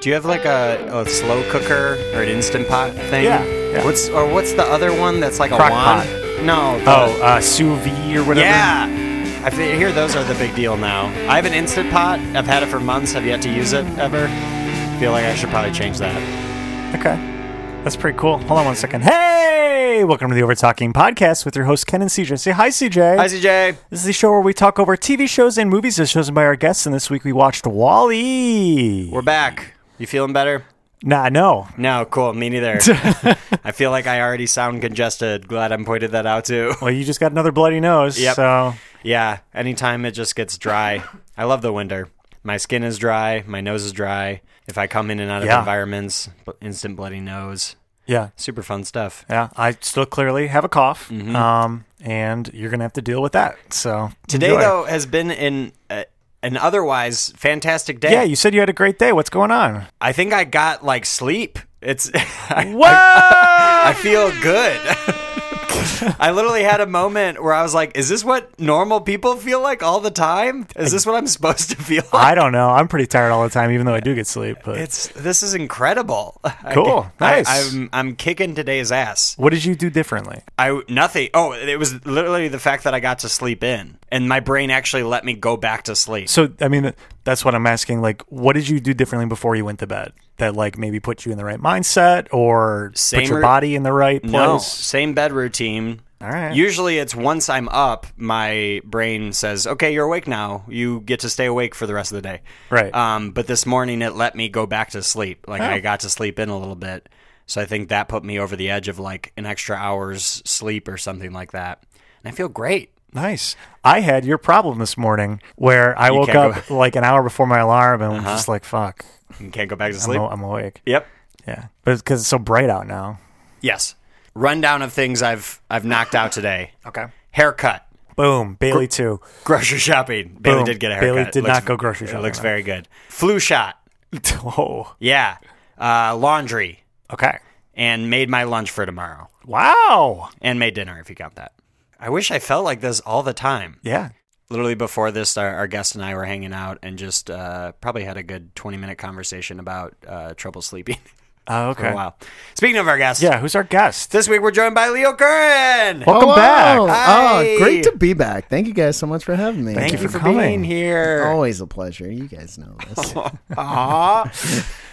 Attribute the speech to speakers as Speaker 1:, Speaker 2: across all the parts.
Speaker 1: Do you have like a, a slow cooker or an instant pot thing?
Speaker 2: Yeah, yeah.
Speaker 1: What's or what's the other one that's like
Speaker 2: Crock
Speaker 1: a wand?
Speaker 2: pot.
Speaker 1: No. the-
Speaker 2: Oh, uh, sous vide or whatever.
Speaker 1: Yeah. I fe- hear those are the big deal now. I have an instant pot. I've had it for months. Have yet to use it ever. Feel like I should probably change that.
Speaker 2: Okay. That's pretty cool. Hold on one second. Hey, welcome to the Over Talking Podcast with your host Ken and CJ. Say hi, CJ.
Speaker 1: Hi, CJ.
Speaker 2: This is the show where we talk over TV shows and movies as chosen by our guests, and this week we watched Wally.
Speaker 1: We're back. You feeling better?
Speaker 2: Nah, no.
Speaker 1: No, cool. Me neither. I feel like I already sound congested. Glad I'm pointed that out too.
Speaker 2: Well, you just got another bloody nose,
Speaker 1: Yep.
Speaker 2: so
Speaker 1: Yeah, anytime it just gets dry. I love the winter. My skin is dry, my nose is dry. If I come in and out of
Speaker 2: Yeah.
Speaker 1: environments, bl- instant bloody nose.
Speaker 2: yeah.
Speaker 1: Super fun stuff.
Speaker 2: Yeah, I still clearly have a cough,
Speaker 1: Mm-hmm.
Speaker 2: um, and you're gonna have to deal with that. So
Speaker 1: Today
Speaker 2: enjoy.
Speaker 1: though has been an uh, an otherwise fantastic day.
Speaker 2: yeah, you said you had a great day. What's going on?
Speaker 1: I think I got like sleep. It's I,
Speaker 2: Whoa!
Speaker 1: I feel good. I literally had a moment where I was like, is this what normal people feel like all the time? Is this what I'm supposed to feel like?
Speaker 2: I don't know. I'm pretty tired all the time, even though I do get sleep. But
Speaker 1: It's this is incredible. I-
Speaker 2: Cool.
Speaker 1: I,
Speaker 2: Nice.
Speaker 1: am I'm kicking today's ass.
Speaker 2: what did you do differently?
Speaker 1: I nothing. Oh, it was literally the fact that I got to sleep in, and my brain actually let me go back to sleep.
Speaker 2: So I mean, that's what I'm asking. Like, what did you do differently before you went to bed? That like maybe put you in the right mindset or
Speaker 1: Same
Speaker 2: put your
Speaker 1: re-
Speaker 2: body in the right place.
Speaker 1: No, same bed routine.
Speaker 2: All right.
Speaker 1: Usually, it's once I'm up, my brain says, "Okay, you're awake now. You get to stay awake for the rest of the day."
Speaker 2: Right. Oh.
Speaker 1: Um, but this morning, it let me go back to sleep. Like I got to sleep in a little bit, so I think that put me over the edge of like an extra hour's sleep or something like that, and I feel great.
Speaker 2: Nice. I had your problem this morning where I woke
Speaker 1: can't
Speaker 2: up like an hour before my alarm and was just like, "Fuck,
Speaker 1: You can't go back to
Speaker 2: I'm,
Speaker 1: sleep.
Speaker 2: aw- I'm awake."
Speaker 1: Yep.
Speaker 2: Yeah, but because it's so bright out now.
Speaker 1: Yes. Rundown of things I've I've knocked out today.
Speaker 2: Okay.
Speaker 1: Haircut,
Speaker 2: Boom. Bailey too.
Speaker 1: grocery shopping. Bailey
Speaker 2: Boom.
Speaker 1: did get a haircut.
Speaker 2: Bailey did
Speaker 1: Looks-
Speaker 2: not go grocery
Speaker 1: It
Speaker 2: shopping,
Speaker 1: looks
Speaker 2: though.
Speaker 1: very good. Flu shot.
Speaker 2: oh.
Speaker 1: Yeah. Uh, laundry
Speaker 2: Okay.
Speaker 1: and made my lunch for tomorrow
Speaker 2: Wow.
Speaker 1: and made dinner if you count that. I wish I felt like this all the time.
Speaker 2: Yeah.
Speaker 1: Literally before this, our, our guest and I were hanging out and just uh, probably had a good twenty minute conversation about uh, trouble sleeping
Speaker 2: Oh,
Speaker 1: for
Speaker 2: okay.
Speaker 1: a while. Speaking of our guest,
Speaker 2: Yeah. Who's our guest?
Speaker 1: this week we're joined by Leo Curran.
Speaker 2: Welcome back.
Speaker 1: Hi.
Speaker 3: Oh, great to be back. Thank you guys so much for having me.
Speaker 1: Thank
Speaker 2: you
Speaker 1: you
Speaker 2: for
Speaker 1: for
Speaker 2: coming. Oh.
Speaker 1: being here.
Speaker 3: Always a pleasure. You guys know this.
Speaker 1: Aw.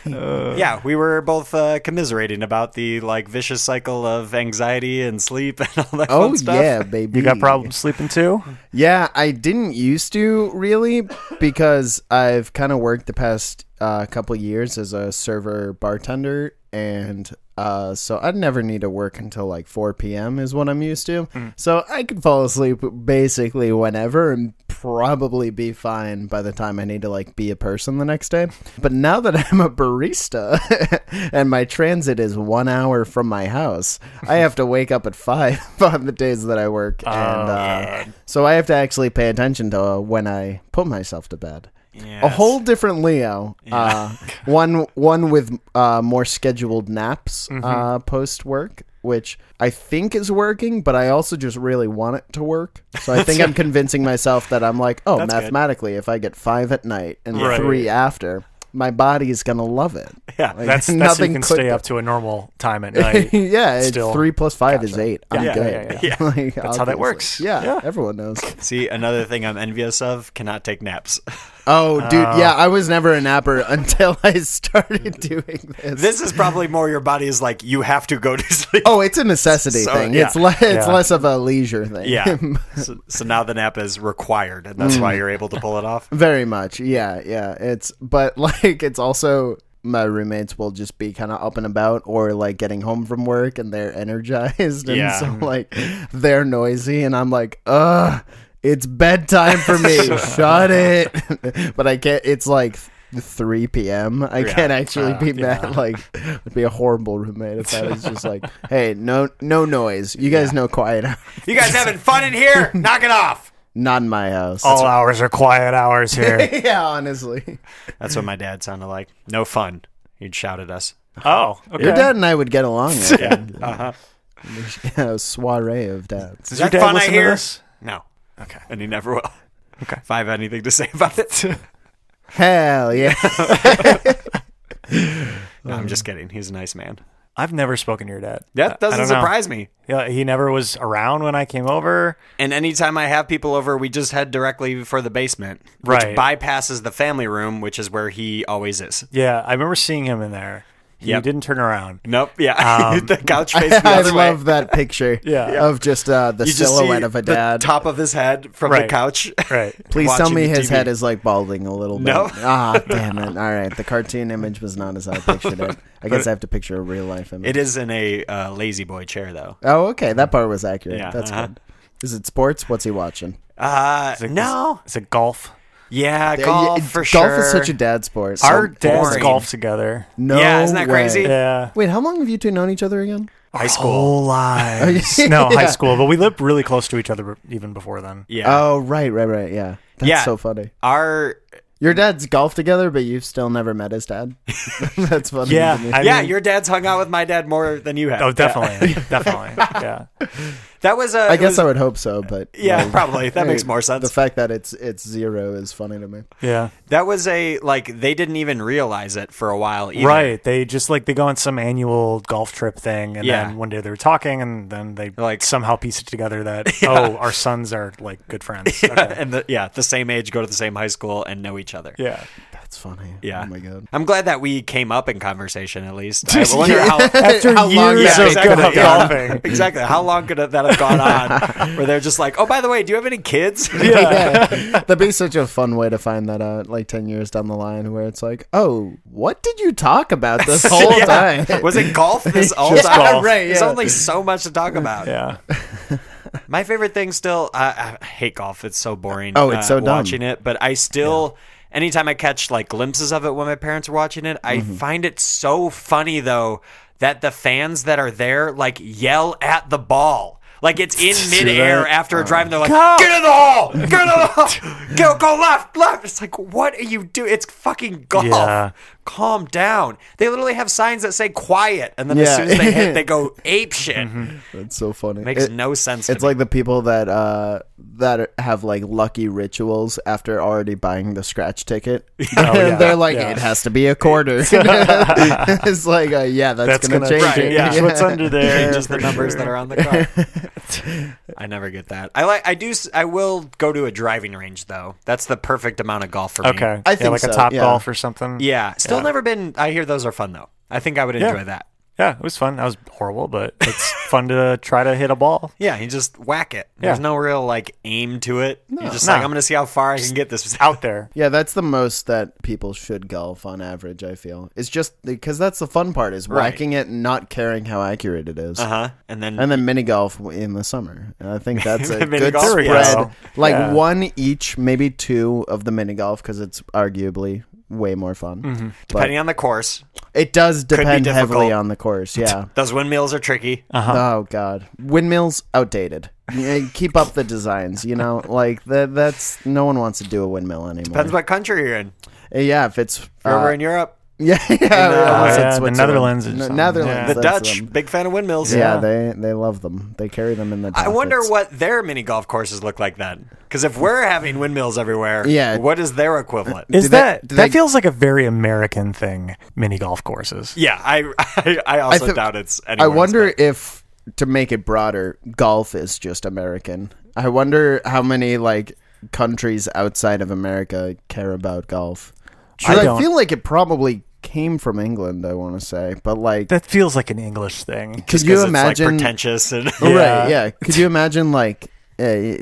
Speaker 2: Uh.
Speaker 1: yeah, we were both uh, commiserating about the like vicious cycle of anxiety and sleep and all that
Speaker 3: oh
Speaker 1: fun stuff.
Speaker 3: yeah, baby.
Speaker 2: You got problems sleeping too?
Speaker 3: Yeah, I didn't used to really because I've kind of worked the past uh, couple years as a server bartender, and uh, so I'd never need to work until like 4 p.m. is what I'm used to.
Speaker 2: Mm.
Speaker 3: So I could fall asleep basically whenever and probably be fine by the time I need to like be a person the next day. But now that I'm a barista and my transit is one hour from my house, I have to wake up at five on the days that I work, and uh, so I have to actually pay attention to uh, when I put myself to bed.
Speaker 1: Yes.
Speaker 3: A whole different Leo. Uh, one one with uh, more scheduled naps
Speaker 2: Mm-hmm.
Speaker 3: uh, post work, which I think is working, but I also just really want it to work. So I think I'm convincing myself that I'm like, oh,
Speaker 2: good.
Speaker 3: mathematically, if I get five at night and
Speaker 2: Right.
Speaker 3: three after, my body's gonna love it.
Speaker 2: Yeah.
Speaker 3: Like,
Speaker 2: that's that's so
Speaker 3: nothing
Speaker 2: you can
Speaker 3: could
Speaker 2: stay
Speaker 3: be-
Speaker 2: up to a normal time at night.
Speaker 3: yeah, it's
Speaker 2: Still.
Speaker 3: three plus five is eight. I'm
Speaker 2: Yeah,
Speaker 3: good.
Speaker 2: yeah,
Speaker 1: yeah, yeah.
Speaker 3: Like,
Speaker 2: That's how that
Speaker 3: obviously.
Speaker 2: works.
Speaker 3: Yeah,
Speaker 2: Yeah.
Speaker 3: everyone knows.
Speaker 1: See, another thing I'm envious of cannot take naps.
Speaker 3: Oh, dude,
Speaker 2: Uh.
Speaker 3: yeah, I was never a napper until I started doing this.
Speaker 1: this is probably more your body is like you have to go to sleep.
Speaker 3: oh, it's a necessity
Speaker 1: So,
Speaker 3: thing.
Speaker 1: yeah.
Speaker 3: It's le- it's
Speaker 2: Yeah.
Speaker 3: less of a leisure thing.
Speaker 1: Yeah. so, so now the nap is required, and that's
Speaker 2: Mm.
Speaker 1: why you're able to pull it off.
Speaker 3: Very much. Yeah, yeah. It's but like it's also my roommates will just be kind of up and about or like getting home from work and they're energized and
Speaker 1: Yeah.
Speaker 3: so like they're noisy and I'm like, "Ugh, it's bedtime for me. Shut it." but I can't it's like 3 p.m. I can't actually
Speaker 1: Uh,
Speaker 3: be mad like I'd be a horrible roommate if I was just like, "Hey, no no noise. You guys know quiet. hour.
Speaker 1: You guys having fun in here? Knock it off.
Speaker 3: Not in my house."
Speaker 1: Oh.
Speaker 2: All hours are quiet hours here.
Speaker 3: yeah, honestly.
Speaker 1: That's what my dad sounded like. No fun. He'd shout at us.
Speaker 2: oh, okay.
Speaker 3: Your dad and I would get along. I think.
Speaker 1: Uh-huh.
Speaker 3: a soiree of dads.
Speaker 2: Does
Speaker 1: Is that
Speaker 2: your dad
Speaker 1: fun I
Speaker 2: listen to
Speaker 1: hear?
Speaker 2: this?
Speaker 1: No.
Speaker 2: Okay.
Speaker 1: And he never will.
Speaker 2: Okay.
Speaker 1: If I have anything to say about it.
Speaker 3: Hell yeah.
Speaker 1: No, I'm just kidding. He's a nice man.
Speaker 2: I've never spoken to your dad. I- I
Speaker 1: That doesn't
Speaker 2: don't know.
Speaker 1: surprise me.
Speaker 2: Yeah, he never was around when I came over.
Speaker 1: And anytime I have people over, we just head directly for the basement, which
Speaker 2: Right.
Speaker 1: bypasses the family room, which is where he always is.
Speaker 2: Yeah, I remember seeing him in there. He
Speaker 1: Yep.
Speaker 2: didn't turn around.
Speaker 1: Nope. Yeah.
Speaker 2: Um,
Speaker 1: the couch face the
Speaker 3: I
Speaker 1: other way.
Speaker 3: love that picture
Speaker 2: Yeah.
Speaker 3: of just uh, the
Speaker 1: You just
Speaker 3: silhouette
Speaker 1: see
Speaker 3: of a dad.
Speaker 1: The top of his head from the
Speaker 2: Right.
Speaker 1: couch.
Speaker 2: Right.
Speaker 3: Please tell
Speaker 1: watching
Speaker 3: me
Speaker 1: the
Speaker 3: his
Speaker 1: TV.
Speaker 3: head is like balding a little bit.
Speaker 1: No.
Speaker 3: Ah, damn it. All right. The cartoon image was not as I pictured it. I guess I have to picture a real life image.
Speaker 1: It is in a uh, lazy boy chair, though.
Speaker 3: oh, okay. That part was accurate.
Speaker 1: Yeah,
Speaker 3: That's
Speaker 1: uh-huh.
Speaker 3: good. Is it sports? What's he watching?
Speaker 1: Uh,
Speaker 2: Is it-
Speaker 1: no.
Speaker 2: Is it golf?
Speaker 1: Yeah, golf
Speaker 3: Yeah,
Speaker 1: for
Speaker 3: Uh, golf
Speaker 1: sure.
Speaker 3: is such a dad sport.
Speaker 2: Our
Speaker 3: So-
Speaker 2: dads
Speaker 1: boring.
Speaker 2: golf together.
Speaker 3: no
Speaker 1: Yeah, isn't that
Speaker 3: way.
Speaker 1: crazy?
Speaker 2: Yeah.
Speaker 3: Wait, how long have you two known each other again?
Speaker 1: high school.
Speaker 2: Whole lives.
Speaker 3: Yeah.
Speaker 2: No, high school, but we lived really close to each other even before then.
Speaker 1: Yeah.
Speaker 3: Oh, right, right, right. Yeah. That's
Speaker 1: Yeah.
Speaker 3: so funny.
Speaker 1: Our
Speaker 3: Your dad's golfed together, but you've still never met his dad. That's funny.
Speaker 2: Yeah,
Speaker 3: to me.
Speaker 2: I
Speaker 1: yeah,
Speaker 2: mean-
Speaker 1: your dad's hung out with my dad more than you have.
Speaker 2: Oh, definitely, definitely. Yeah,
Speaker 1: That was a.
Speaker 3: I guess I would hope so, but
Speaker 1: Yeah,
Speaker 3: like,
Speaker 1: probably. That makes more
Speaker 3: The
Speaker 1: sense.
Speaker 3: fact that it's it's zero is funny to me.
Speaker 2: yeah.
Speaker 1: that was a like they didn't even realize it for a while. Either.
Speaker 2: Right. They just like they go on some annual golf trip thing, and
Speaker 1: Yeah.
Speaker 2: then one day they were talking, and then they
Speaker 1: Like-
Speaker 2: like somehow piece it together that oh, our sons are like good friends. Yeah. Okay.
Speaker 1: and the, yeah, the same age, go to the same high school, and know each other.
Speaker 2: yeah.
Speaker 3: That's funny.
Speaker 1: Yeah.
Speaker 3: Oh my god.
Speaker 1: I'm glad that we came up in conversation at least. I wonder how.
Speaker 2: After
Speaker 3: How long
Speaker 2: years
Speaker 3: that
Speaker 2: of
Speaker 3: could have
Speaker 2: golf-
Speaker 1: gone.
Speaker 2: golfing.
Speaker 1: Exactly. How long could that have gone on? Where they're just like, oh, by the way, do you have any kids?
Speaker 3: Yeah. That'd be such a fun way to find that out, like ten years down the line, where it's like, oh, what did you talk about this whole
Speaker 1: Yeah.
Speaker 3: time?
Speaker 1: Was it golf this whole
Speaker 2: Just
Speaker 1: time?
Speaker 2: golf.
Speaker 3: Right,
Speaker 1: There's
Speaker 3: yeah.
Speaker 1: only so much to talk about.
Speaker 2: Yeah.
Speaker 1: My favorite thing still, I, I hate golf. It's so boring. uh,
Speaker 3: Oh, it's so dumb.
Speaker 1: watching it. But I still, anytime I catch like glimpses of it when my parents are watching it, I
Speaker 3: Mm-hmm.
Speaker 1: find it so funny though that the fans that are there like yell at the ball. Like it's in
Speaker 3: that?
Speaker 1: midair after a drive, and they're like,
Speaker 2: Go!
Speaker 1: "Get in the hole! Get in the hole! Go, go left, left!" It's like, what are you doing? It's fucking golf.
Speaker 2: Yeah.
Speaker 1: Calm down. They literally have signs that say "quiet," and then as
Speaker 3: Yeah.
Speaker 1: soon as they hit, they go ape shit.
Speaker 3: That's so funny.
Speaker 1: Makes
Speaker 3: It-
Speaker 1: no sense. To
Speaker 3: It's like the people that uh, that have like lucky rituals after already buying the scratch ticket.
Speaker 2: yeah.
Speaker 3: They're like,
Speaker 2: Yeah.
Speaker 3: it has to be a quarter. it's like, uh, yeah,
Speaker 2: That's
Speaker 3: that's, gonna, change
Speaker 1: Right,
Speaker 3: it.
Speaker 1: yeah.
Speaker 2: change What's under there?
Speaker 1: changes the numbers that are on the car. I never get that. I like. I do. s- I will go to a driving range though. That's the perfect amount of golf for me.
Speaker 2: Okay.
Speaker 3: I
Speaker 2: yeah,
Speaker 3: think
Speaker 2: like
Speaker 3: so,
Speaker 2: a top
Speaker 3: yeah.
Speaker 2: golf or something.
Speaker 1: Yeah. Still never been. I hear those are fun though. I think I would enjoy that.
Speaker 2: Yeah, it was fun. That was horrible, but it's fun to try to hit a ball.
Speaker 1: Yeah. You just whack it. There's
Speaker 2: Yeah.
Speaker 1: no real like aim to it. You're just
Speaker 2: No.
Speaker 1: like I'm gonna see how far I can get this
Speaker 2: out there.
Speaker 3: Yeah, that's the most that people should golf on average. I feel it's just because that's the fun part is whacking it and not caring how accurate it is.
Speaker 1: Uh huh. And then
Speaker 3: And then mini golf w- in the summer. And I think that's a
Speaker 1: Mini
Speaker 3: good
Speaker 1: golf,
Speaker 3: spread.
Speaker 1: yeah.
Speaker 3: Like
Speaker 2: Yeah.
Speaker 3: one each, maybe two of the mini golf because it's arguably way more fun. But
Speaker 1: Mm-hmm. depending on the course,
Speaker 3: it does depend heavily
Speaker 1: difficult. Uh-huh.
Speaker 3: on the course. Yeah.
Speaker 1: those windmills are tricky.
Speaker 3: Oh God, windmills outdated. Yeah, Keep up the designs. You know, like that. That's no one wants to do a windmill anymore.
Speaker 1: Depends what country you're in.
Speaker 3: yeah, if it's
Speaker 1: If you're
Speaker 3: uh,
Speaker 1: over in uh, Europe,
Speaker 3: Yeah, yeah,
Speaker 2: Oh,
Speaker 3: unless
Speaker 2: yeah,
Speaker 3: it's
Speaker 2: the
Speaker 3: Switzerland.
Speaker 2: Netherlands or
Speaker 3: N-
Speaker 2: something.
Speaker 3: Netherlands,
Speaker 2: Yeah.
Speaker 1: the
Speaker 3: that's
Speaker 1: Dutch,
Speaker 3: them.
Speaker 1: big fan of windmills.
Speaker 3: Yeah,
Speaker 2: Yeah.
Speaker 3: they they love them. They carry them in the.
Speaker 1: I wonder
Speaker 3: pockets.
Speaker 1: what their mini golf courses look like then. Because if we're having windmills everywhere,
Speaker 3: Yeah.
Speaker 1: what is their equivalent?
Speaker 2: Is
Speaker 3: Do they-
Speaker 2: that
Speaker 3: do
Speaker 2: that
Speaker 3: they-
Speaker 2: feels like a very American thing? Mini golf courses.
Speaker 1: yeah, I I, I also
Speaker 3: thi-
Speaker 1: doubt it's.
Speaker 3: I
Speaker 1: Anywhere else,
Speaker 3: wonder
Speaker 1: but-
Speaker 3: if to make it broader, golf is just American. I wonder how many like countries outside of America care about golf.
Speaker 2: I
Speaker 3: 'Cause I,
Speaker 2: don't.
Speaker 3: feel like it probably came from England. I want to say, but like,
Speaker 2: That feels like an English thing.
Speaker 3: could
Speaker 1: 'cause
Speaker 3: you
Speaker 1: it's, like
Speaker 3: imagine? Oh,
Speaker 1: pretentious and
Speaker 2: Yeah.
Speaker 3: Right? Yeah. Could you imagine like uh,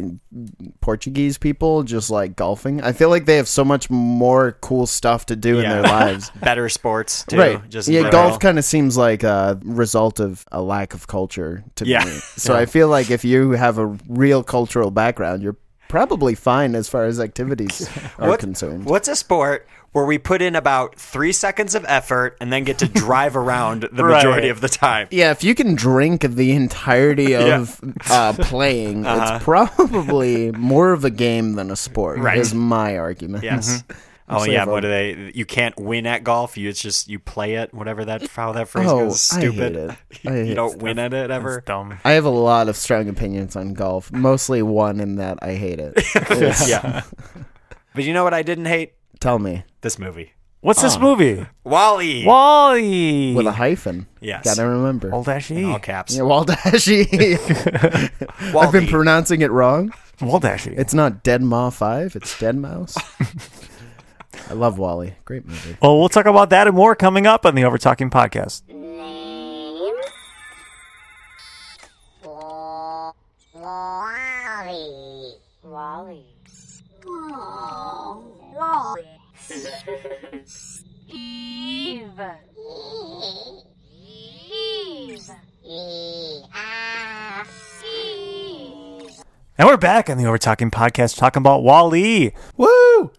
Speaker 3: Portuguese people just like golfing? I feel like they have so much more cool stuff to do in
Speaker 1: Yeah.
Speaker 3: their lives.
Speaker 1: better sports too?
Speaker 3: right.
Speaker 1: Just in
Speaker 3: yeah,
Speaker 1: general.
Speaker 3: golf kind of seems like a result of a lack of culture to
Speaker 1: Yeah.
Speaker 3: me. So I feel like if you have a real cultural background, you're probably fine as far as activities are
Speaker 1: What-
Speaker 3: concerned.
Speaker 1: What's a sport where we put in about three seconds of effort and then get to drive around the
Speaker 2: Right.
Speaker 1: majority of the time?
Speaker 3: Yeah, if you can drink the entirety of uh, playing, it's probably more of a game than a sport.
Speaker 1: Uh-huh. Right.
Speaker 3: Is my argument.
Speaker 1: Yes.
Speaker 3: Mm-hmm.
Speaker 1: Oh
Speaker 3: Save
Speaker 1: yeah,
Speaker 3: up.
Speaker 1: what do they? You can't win at golf. You it's just you play it, whatever that how that phrase
Speaker 3: Oh,
Speaker 1: goes.
Speaker 3: I hate
Speaker 1: Stupid.
Speaker 3: it. I
Speaker 1: you
Speaker 3: hate
Speaker 1: don't win at it ever.
Speaker 2: It's dumb.
Speaker 3: I have a lot of strong opinions on golf. Mostly one in that I hate it. It's-
Speaker 1: Yeah. but you know what I didn't hate?
Speaker 3: Tell me.
Speaker 1: This movie.
Speaker 2: What's this movie?
Speaker 1: Wally.
Speaker 2: Wally.
Speaker 3: with a hyphen.
Speaker 1: Yes.
Speaker 3: gotta remember.
Speaker 2: All dash E.
Speaker 1: all caps.
Speaker 3: yeah, Waldashi. I've been
Speaker 1: Wally.
Speaker 3: pronouncing it wrong.
Speaker 2: All dash E.
Speaker 3: It's not Deadma Five. It's Dead Mouse. I love Wally. Great movie.
Speaker 2: oh, Well, we'll talk about that and more coming up on the Over Talking Podcast.
Speaker 4: name Wa- Wally. Wally. Wally. Eve. Eve. Eve.
Speaker 2: And we're back on the Over Talking Podcast talking about Wally.
Speaker 3: Woo!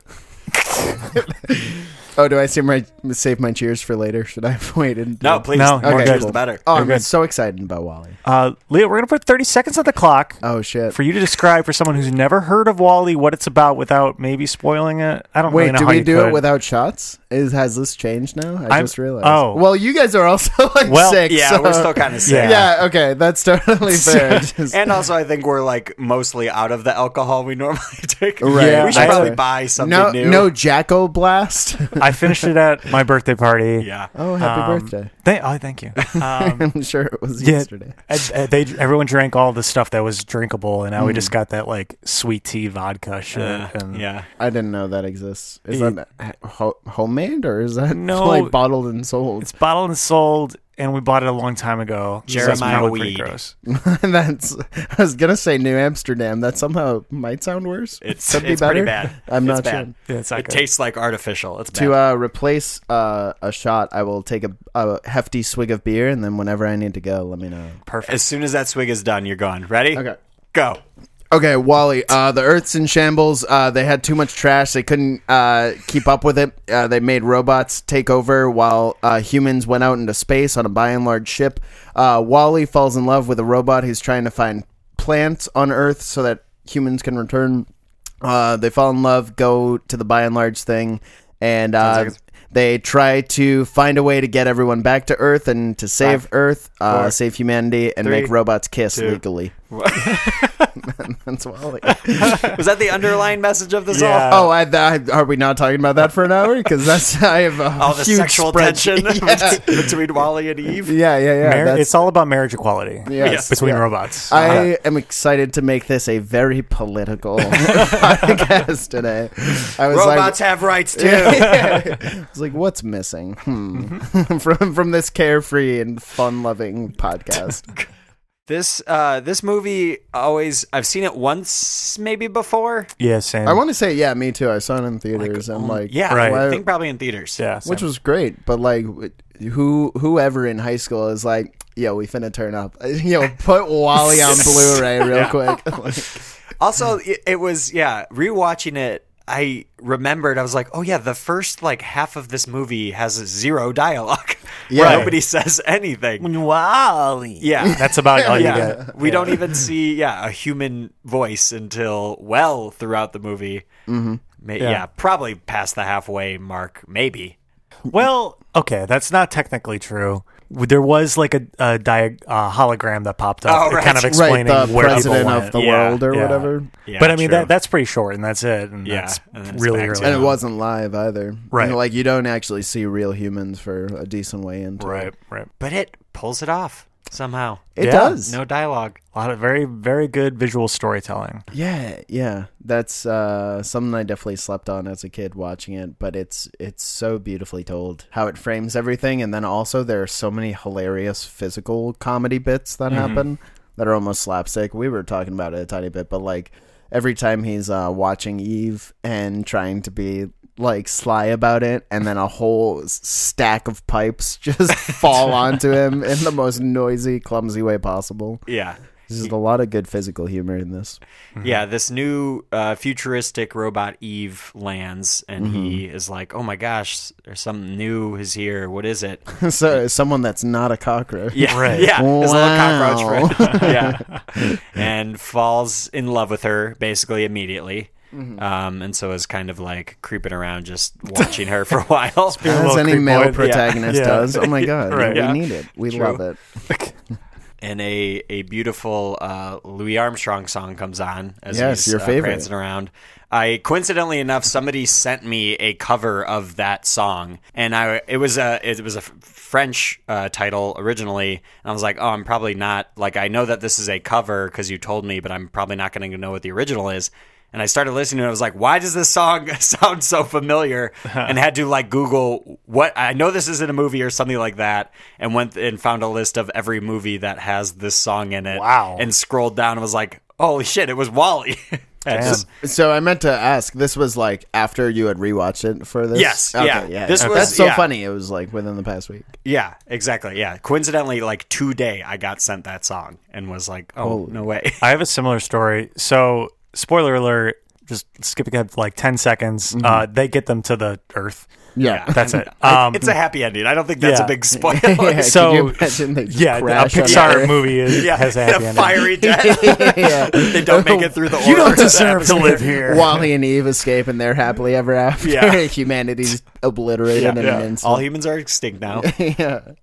Speaker 3: oh, do I save my save my cheers for later? Should I have waited?
Speaker 1: No, please.
Speaker 2: No,
Speaker 1: the
Speaker 2: we're
Speaker 1: more
Speaker 2: good.
Speaker 1: cheers, the better.
Speaker 3: Oh,
Speaker 2: You're
Speaker 3: I'm
Speaker 2: good.
Speaker 3: so excited about Wally.
Speaker 2: Uh, Leah, we're going to put 30 seconds on the clock
Speaker 3: Oh shit!
Speaker 2: for you to describe for someone who's never heard of Wally what it's about without maybe spoiling it. I don't really
Speaker 3: Wait,
Speaker 2: know
Speaker 3: do
Speaker 2: how
Speaker 3: we
Speaker 2: you
Speaker 3: do
Speaker 2: could.
Speaker 3: it without shots? Is has this changed now? I
Speaker 2: I'm-
Speaker 3: just realized.
Speaker 2: oh.
Speaker 3: well, you guys are also like
Speaker 2: Well,
Speaker 3: sick.
Speaker 1: Yeah,
Speaker 3: so-
Speaker 1: we're still kind of sick.
Speaker 2: Yeah.
Speaker 3: Yeah, okay, that's totally fair. Just-
Speaker 1: And also, I think we're like mostly out of the alcohol we normally take.
Speaker 3: Right.
Speaker 1: We should
Speaker 2: That's
Speaker 1: probably
Speaker 3: fair.
Speaker 1: buy something
Speaker 3: no,
Speaker 1: new.
Speaker 3: no Jacko Blast.
Speaker 2: I finished it at my birthday party.
Speaker 1: Yeah.
Speaker 3: oh, happy
Speaker 2: Um,
Speaker 3: birthday!
Speaker 2: Thank- oh, thank you. Um,
Speaker 3: I'm sure it was
Speaker 2: yeah,
Speaker 3: yesterday.
Speaker 2: and- and they everyone drank all the stuff that was drinkable, and now we
Speaker 3: Mm.
Speaker 2: just got that like sweet tea vodka shit.
Speaker 1: Uh,
Speaker 2: and
Speaker 1: yeah.
Speaker 3: I didn't know that exists. Is
Speaker 2: It-
Speaker 3: that ho- homemade or is that
Speaker 2: No.
Speaker 3: like bottled and sold?
Speaker 2: It's bottled and sold, and we bought it a long time ago. so that's
Speaker 1: Jeremiah
Speaker 2: probably pretty
Speaker 1: Weed.
Speaker 2: gross.
Speaker 3: that's I was gonna say New Amsterdam. That somehow might sound worse.
Speaker 1: It's,
Speaker 3: Could be
Speaker 1: it's pretty
Speaker 3: better.
Speaker 1: bad.
Speaker 3: I'm
Speaker 1: It's
Speaker 3: not
Speaker 1: bad.
Speaker 3: sure.
Speaker 2: Yeah, it's not
Speaker 1: it
Speaker 2: good.
Speaker 1: tastes like artificial. It's bad.
Speaker 3: To uh, replace uh, a shot, I will take a, a hefty swig of beer, and then whenever I need to go, let me know.
Speaker 1: as soon as that swig is done, you're gone. Ready?
Speaker 3: Okay.
Speaker 1: Go.
Speaker 3: Okay, Wally. Uh, the Earth's in shambles. Uh, they had too much trash. They couldn't uh, keep up with it. Uh, they made robots take over while uh, humans went out into space on a by and large ship. Uh, Wally falls in love with a robot who's trying to find plants on Earth so that humans can return. Uh, they fall in love, go to the by and large thing, and uh, they try to find a way to get everyone back to Earth and to save Earth, uh, save humanity, and make robots kiss legally. That's Wally.
Speaker 1: Was that the underlying message of this
Speaker 2: Yeah.
Speaker 1: all?
Speaker 3: Oh, I, I, are we not talking about that for an hour? Because that's I have a
Speaker 1: All the
Speaker 3: huge
Speaker 1: sexual
Speaker 3: spreadsheet.
Speaker 1: tension between Wally and Eve.
Speaker 3: Yeah, yeah, yeah.
Speaker 2: Mar-
Speaker 3: that's-
Speaker 2: it's all about marriage equality
Speaker 3: Yes.
Speaker 2: between
Speaker 3: Yeah.
Speaker 2: robots.
Speaker 3: I am excited to make this a very political podcast today. I was
Speaker 1: Robots
Speaker 3: like,
Speaker 1: have rights too.
Speaker 3: I was like, what's missing hmm.
Speaker 1: Mm-hmm.
Speaker 3: from from this carefree and fun loving podcast?
Speaker 1: This uh, this movie always I've seen it once maybe before.
Speaker 2: yeah, same.
Speaker 3: I want to say, yeah, me too. I saw it in theaters. I'm like,
Speaker 1: um, Yeah,
Speaker 2: Right.
Speaker 1: I think probably in theaters.
Speaker 2: yeah, same.
Speaker 3: which was great. But like, wh- who whoever in high school is like, yo, we finna turn up. yo, put Wally on Blu-ray real quick. Like,
Speaker 1: Also, it, it was yeah. Rewatching it, I remembered I was like, oh yeah, the first like half of this movie has zero dialogue. where
Speaker 3: Yeah.
Speaker 1: nobody says anything.
Speaker 2: Wally.
Speaker 1: Yeah,
Speaker 2: That's about all you
Speaker 1: yeah.
Speaker 2: get.
Speaker 1: We don't even see yeah a human voice until well throughout the movie. Mm-hmm. yeah. probably past the halfway mark, maybe.
Speaker 2: Well, okay, that's not technically true. There was like a, a dia- uh, hologram that popped up,
Speaker 1: Oh, right.
Speaker 2: kind of
Speaker 1: Right,
Speaker 2: explaining
Speaker 3: the
Speaker 2: where
Speaker 3: president
Speaker 2: people
Speaker 3: of
Speaker 2: went.
Speaker 3: the
Speaker 1: Yeah,
Speaker 3: world or
Speaker 2: yeah.
Speaker 3: whatever.
Speaker 1: Yeah,
Speaker 2: but I mean
Speaker 1: true.
Speaker 2: that that's pretty short, and that's it. And
Speaker 1: Yeah,
Speaker 2: that's
Speaker 1: and then it's
Speaker 2: really
Speaker 1: back to-
Speaker 2: early.
Speaker 3: And it
Speaker 2: on.
Speaker 3: wasn't live either.
Speaker 2: Right.
Speaker 3: You know, like you don't actually see real humans for a decent way into it.
Speaker 2: right, right.
Speaker 1: but it pulls it off somehow.
Speaker 3: It
Speaker 2: Yeah.
Speaker 3: does.
Speaker 1: No dialogue.
Speaker 2: A lot of very, very good visual storytelling.
Speaker 3: Yeah, yeah. That's uh, something I definitely slept on as a kid watching it, but it's it's so beautifully told how it frames everything, and then also there are so many hilarious physical comedy bits that happen that are almost slapstick. We were talking about it a tiny bit, but like every time he's uh, watching Eve and trying to be like sly about it, and then a whole s- stack of pipes just fall onto him in the most noisy, clumsy way possible.
Speaker 1: Yeah.
Speaker 3: There's just a lot of good physical humor in this.
Speaker 1: Yeah, this new uh, futuristic robot Eve lands, and he is like, "Oh my gosh, there's something new is here. What is it?"
Speaker 3: so someone that's not a cockroach.
Speaker 1: Yeah,
Speaker 2: Right.
Speaker 1: yeah, his
Speaker 3: Wow.
Speaker 1: little cockroach friend. yeah, and falls in love with her basically immediately. Um, and so is kind of like creeping around, just watching her for a while.
Speaker 2: Little
Speaker 3: As any
Speaker 2: creep
Speaker 3: male
Speaker 2: boy.
Speaker 3: protagonist
Speaker 2: Yeah.
Speaker 3: does. Oh my god,
Speaker 2: Right.
Speaker 3: we
Speaker 1: Yeah.
Speaker 3: need it. We love it.
Speaker 1: and a a beautiful uh, Louis Armstrong song comes on as
Speaker 3: Yes,
Speaker 1: he's
Speaker 3: your
Speaker 1: uh,
Speaker 3: favorite.
Speaker 1: prancing around. I coincidentally enough, somebody sent me a cover of that song, and I it was a it was a f- French uh, title originally, and I was like, oh, I'm probably not like I know that this is a cover because you told me, but I'm probably not going to know what the original is. And I started listening, and I was like, "Why does this song sound so familiar?" and had to like Google what I know this isn't a movie or something like that, and went and found a list of every movie that has this song in it.
Speaker 2: Wow.
Speaker 1: And scrolled down and was like, "Holy shit! It was Wally."
Speaker 2: Damn.
Speaker 3: So I meant to ask. This was like after you had rewatched it for this.
Speaker 1: Yes, yeah. This was-
Speaker 3: that's so
Speaker 1: yeah.
Speaker 3: funny. It was like within the past week.
Speaker 1: Yeah, exactly. Yeah. Coincidentally, like today, I got sent that song and was like, oh, no way.
Speaker 2: I have a similar story. So, spoiler alert, just skipping ahead like 10 seconds, uh, they get them to the earth.
Speaker 3: Mm-hmm. Yeah.
Speaker 2: That's it.
Speaker 1: I-
Speaker 2: Um,
Speaker 1: it's a happy ending. I don't think that's
Speaker 2: yeah.
Speaker 1: a big spoiler.
Speaker 3: Yeah,
Speaker 1: yeah,
Speaker 2: so-
Speaker 3: could you imagine they just
Speaker 2: yeah, a
Speaker 3: crash on
Speaker 2: Pixar
Speaker 3: Earth?
Speaker 2: movie is, has a happy
Speaker 1: a
Speaker 2: ending.
Speaker 1: fiery death. they don't make it through the order.
Speaker 2: You don't deserve to live here.
Speaker 3: Wally and Eve escape and they're happily ever after.
Speaker 1: Yeah.
Speaker 3: Humanity's obliterated in
Speaker 2: yeah.
Speaker 3: an instant.
Speaker 1: All humans are extinct now.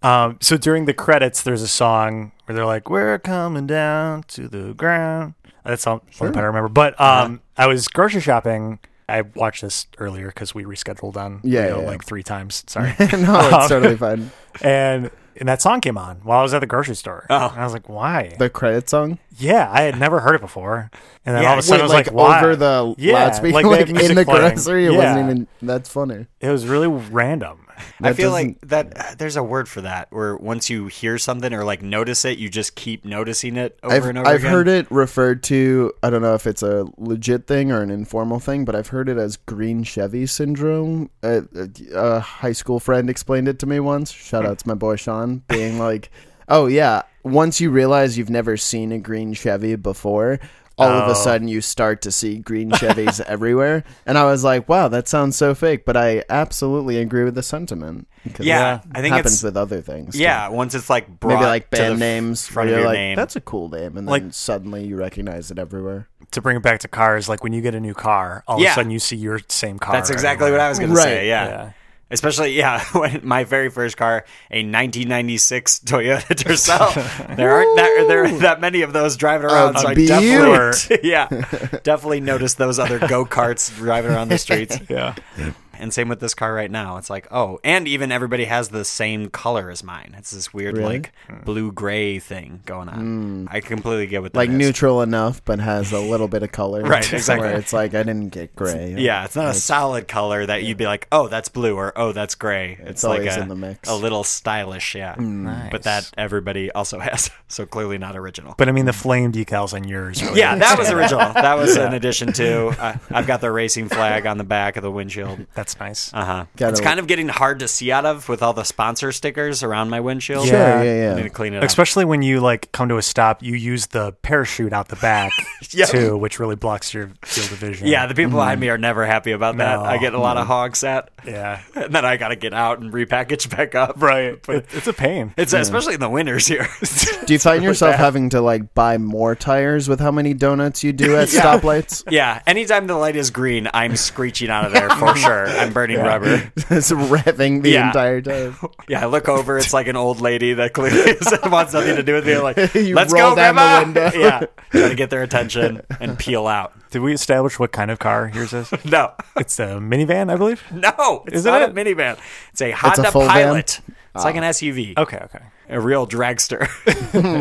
Speaker 2: Um, so during the credits, there's a song where they're like, "We're coming down to the ground." That's all sure. I remember. But
Speaker 3: Uh-huh.
Speaker 2: um, I was grocery shopping. I watched this earlier because we rescheduled on
Speaker 3: Yeah,
Speaker 2: you know,
Speaker 3: yeah, yeah.
Speaker 2: like three times. Sorry,
Speaker 3: no, it's
Speaker 2: Um,
Speaker 3: totally fine.
Speaker 2: and and that song came on while I was at the grocery store.
Speaker 1: Oh.
Speaker 2: and I was like, "Why?"
Speaker 3: The credit song.
Speaker 2: yeah, I had never heard it before. And then
Speaker 1: Yeah,
Speaker 2: all of a sudden,
Speaker 3: Wait,
Speaker 2: I was like,
Speaker 3: like,
Speaker 2: "Why?"
Speaker 3: over the
Speaker 2: yeah,
Speaker 3: loudspeaker,
Speaker 2: like,
Speaker 3: like,
Speaker 2: they have
Speaker 3: in
Speaker 2: music
Speaker 3: the
Speaker 2: playing.
Speaker 3: grocery. It
Speaker 2: Yeah.
Speaker 3: wasn't even. That's funny.
Speaker 2: It was really random.
Speaker 1: I
Speaker 3: That
Speaker 1: feel
Speaker 3: doesn't-
Speaker 1: like that uh, there's a word for that where once you hear something or like notice it, you just keep noticing it over
Speaker 3: I've,
Speaker 1: and over
Speaker 3: I've
Speaker 1: again.
Speaker 3: heard it referred to. I don't know if it's a legit thing or an informal thing, but I've heard it as green Chevy syndrome. A, a, a high school friend explained it to me once. Shout out to my boy Sean, being like, "Oh yeah, once you realize you've never seen a green Chevy before." All of
Speaker 2: Oh.
Speaker 3: a sudden, you start to see green Chevys everywhere, and I was like, "Wow, that sounds so fake," but I absolutely agree with the sentiment. 'cause
Speaker 1: Yeah,
Speaker 3: it
Speaker 1: I think
Speaker 3: happens
Speaker 1: it's-
Speaker 3: with other things. too
Speaker 1: Yeah, once it's like brought
Speaker 3: maybe like
Speaker 1: to the
Speaker 3: band
Speaker 1: f-
Speaker 3: names
Speaker 1: front
Speaker 3: where
Speaker 1: of
Speaker 3: you're
Speaker 1: your
Speaker 3: like,
Speaker 1: name.
Speaker 3: That's a cool name, and then
Speaker 2: Like-
Speaker 3: suddenly you recognize it everywhere.
Speaker 2: To bring it back to cars, like when you get a new car, all of
Speaker 1: Yeah.
Speaker 2: a sudden you see your same car.
Speaker 1: That's exactly what
Speaker 2: everywhere.
Speaker 1: I was going to
Speaker 3: Right.
Speaker 1: say. Yeah.
Speaker 2: Yeah.
Speaker 1: Especially, yeah, when my very first car, a 1996 Toyota Tercel. there aren't that, there aren't that many of those driving around, so I
Speaker 3: beaut.
Speaker 1: definitely, yeah, definitely noticed those other go karts driving around the streets.
Speaker 2: Yeah.
Speaker 1: And same with this car right now. It's like, oh, and even everybody has the same color as mine. It's this weird
Speaker 3: Really? Hmm.
Speaker 1: like blue gray thing going on. I completely get what that
Speaker 3: Like
Speaker 1: is.
Speaker 3: neutral enough, but has a little bit of color.
Speaker 1: Right, exactly.
Speaker 3: Where it's like I didn't get gray.
Speaker 1: Yeah, it's not a solid color that you'd be like, oh, that's blue or oh, that's gray. It's, like
Speaker 3: always
Speaker 1: a,
Speaker 3: in the mix. Mm.
Speaker 1: a little stylish, yeah. But that everybody also has, so clearly not original.
Speaker 2: But I mean, the flame decals on yours. Really
Speaker 1: yeah, that was original. That was an addition to. Uh, I've got the racing flag on the back of the windshield.
Speaker 2: That's nice.
Speaker 1: Uh huh.
Speaker 3: Gotta-
Speaker 1: It's kind of getting hard to see out of with all the sponsor stickers around my windshield.
Speaker 3: Sure,
Speaker 2: Yeah.
Speaker 3: yeah,
Speaker 1: I
Speaker 3: yeah.
Speaker 1: need to clean it up.
Speaker 2: Especially when you like come to a stop, you use the parachute out the back
Speaker 1: Yeah.
Speaker 2: too, which really blocks your field of vision.
Speaker 1: Yeah, the people behind me are never happy about that.
Speaker 2: Mm. No.
Speaker 1: I get a lot
Speaker 3: Mm.
Speaker 1: of hogs at,
Speaker 2: yeah,
Speaker 1: and then I got to get out and repackage back up.
Speaker 2: right.
Speaker 1: But
Speaker 2: It- it's a pain.
Speaker 1: it's especially in the winters here.
Speaker 3: Do you find yourself having to like buy more tires with how many donuts you do at stoplights?
Speaker 1: yeah, anytime the light is green, I'm screeching out of there for sure. I'm burning rubber.
Speaker 3: it's revving the
Speaker 1: Yeah.
Speaker 3: entire time.
Speaker 1: Yeah, I look over. It's like an old lady that clearly is- wants nothing to do with me. I'm like,
Speaker 3: You
Speaker 1: let's
Speaker 3: roll
Speaker 1: go,
Speaker 3: down the
Speaker 1: grandma.
Speaker 3: window.
Speaker 1: yeah, try to get their attention and peel out.
Speaker 2: Did we establish what kind of car yours is?
Speaker 1: No,
Speaker 2: it's a minivan, I believe.
Speaker 3: Mm-hmm.
Speaker 1: no, it's
Speaker 2: Isn't
Speaker 1: not
Speaker 2: it?
Speaker 1: a minivan. It's a Honda
Speaker 3: full van? Ah.
Speaker 1: Pilot. It's like an SUV.
Speaker 2: Okay, okay.
Speaker 1: a real dragster,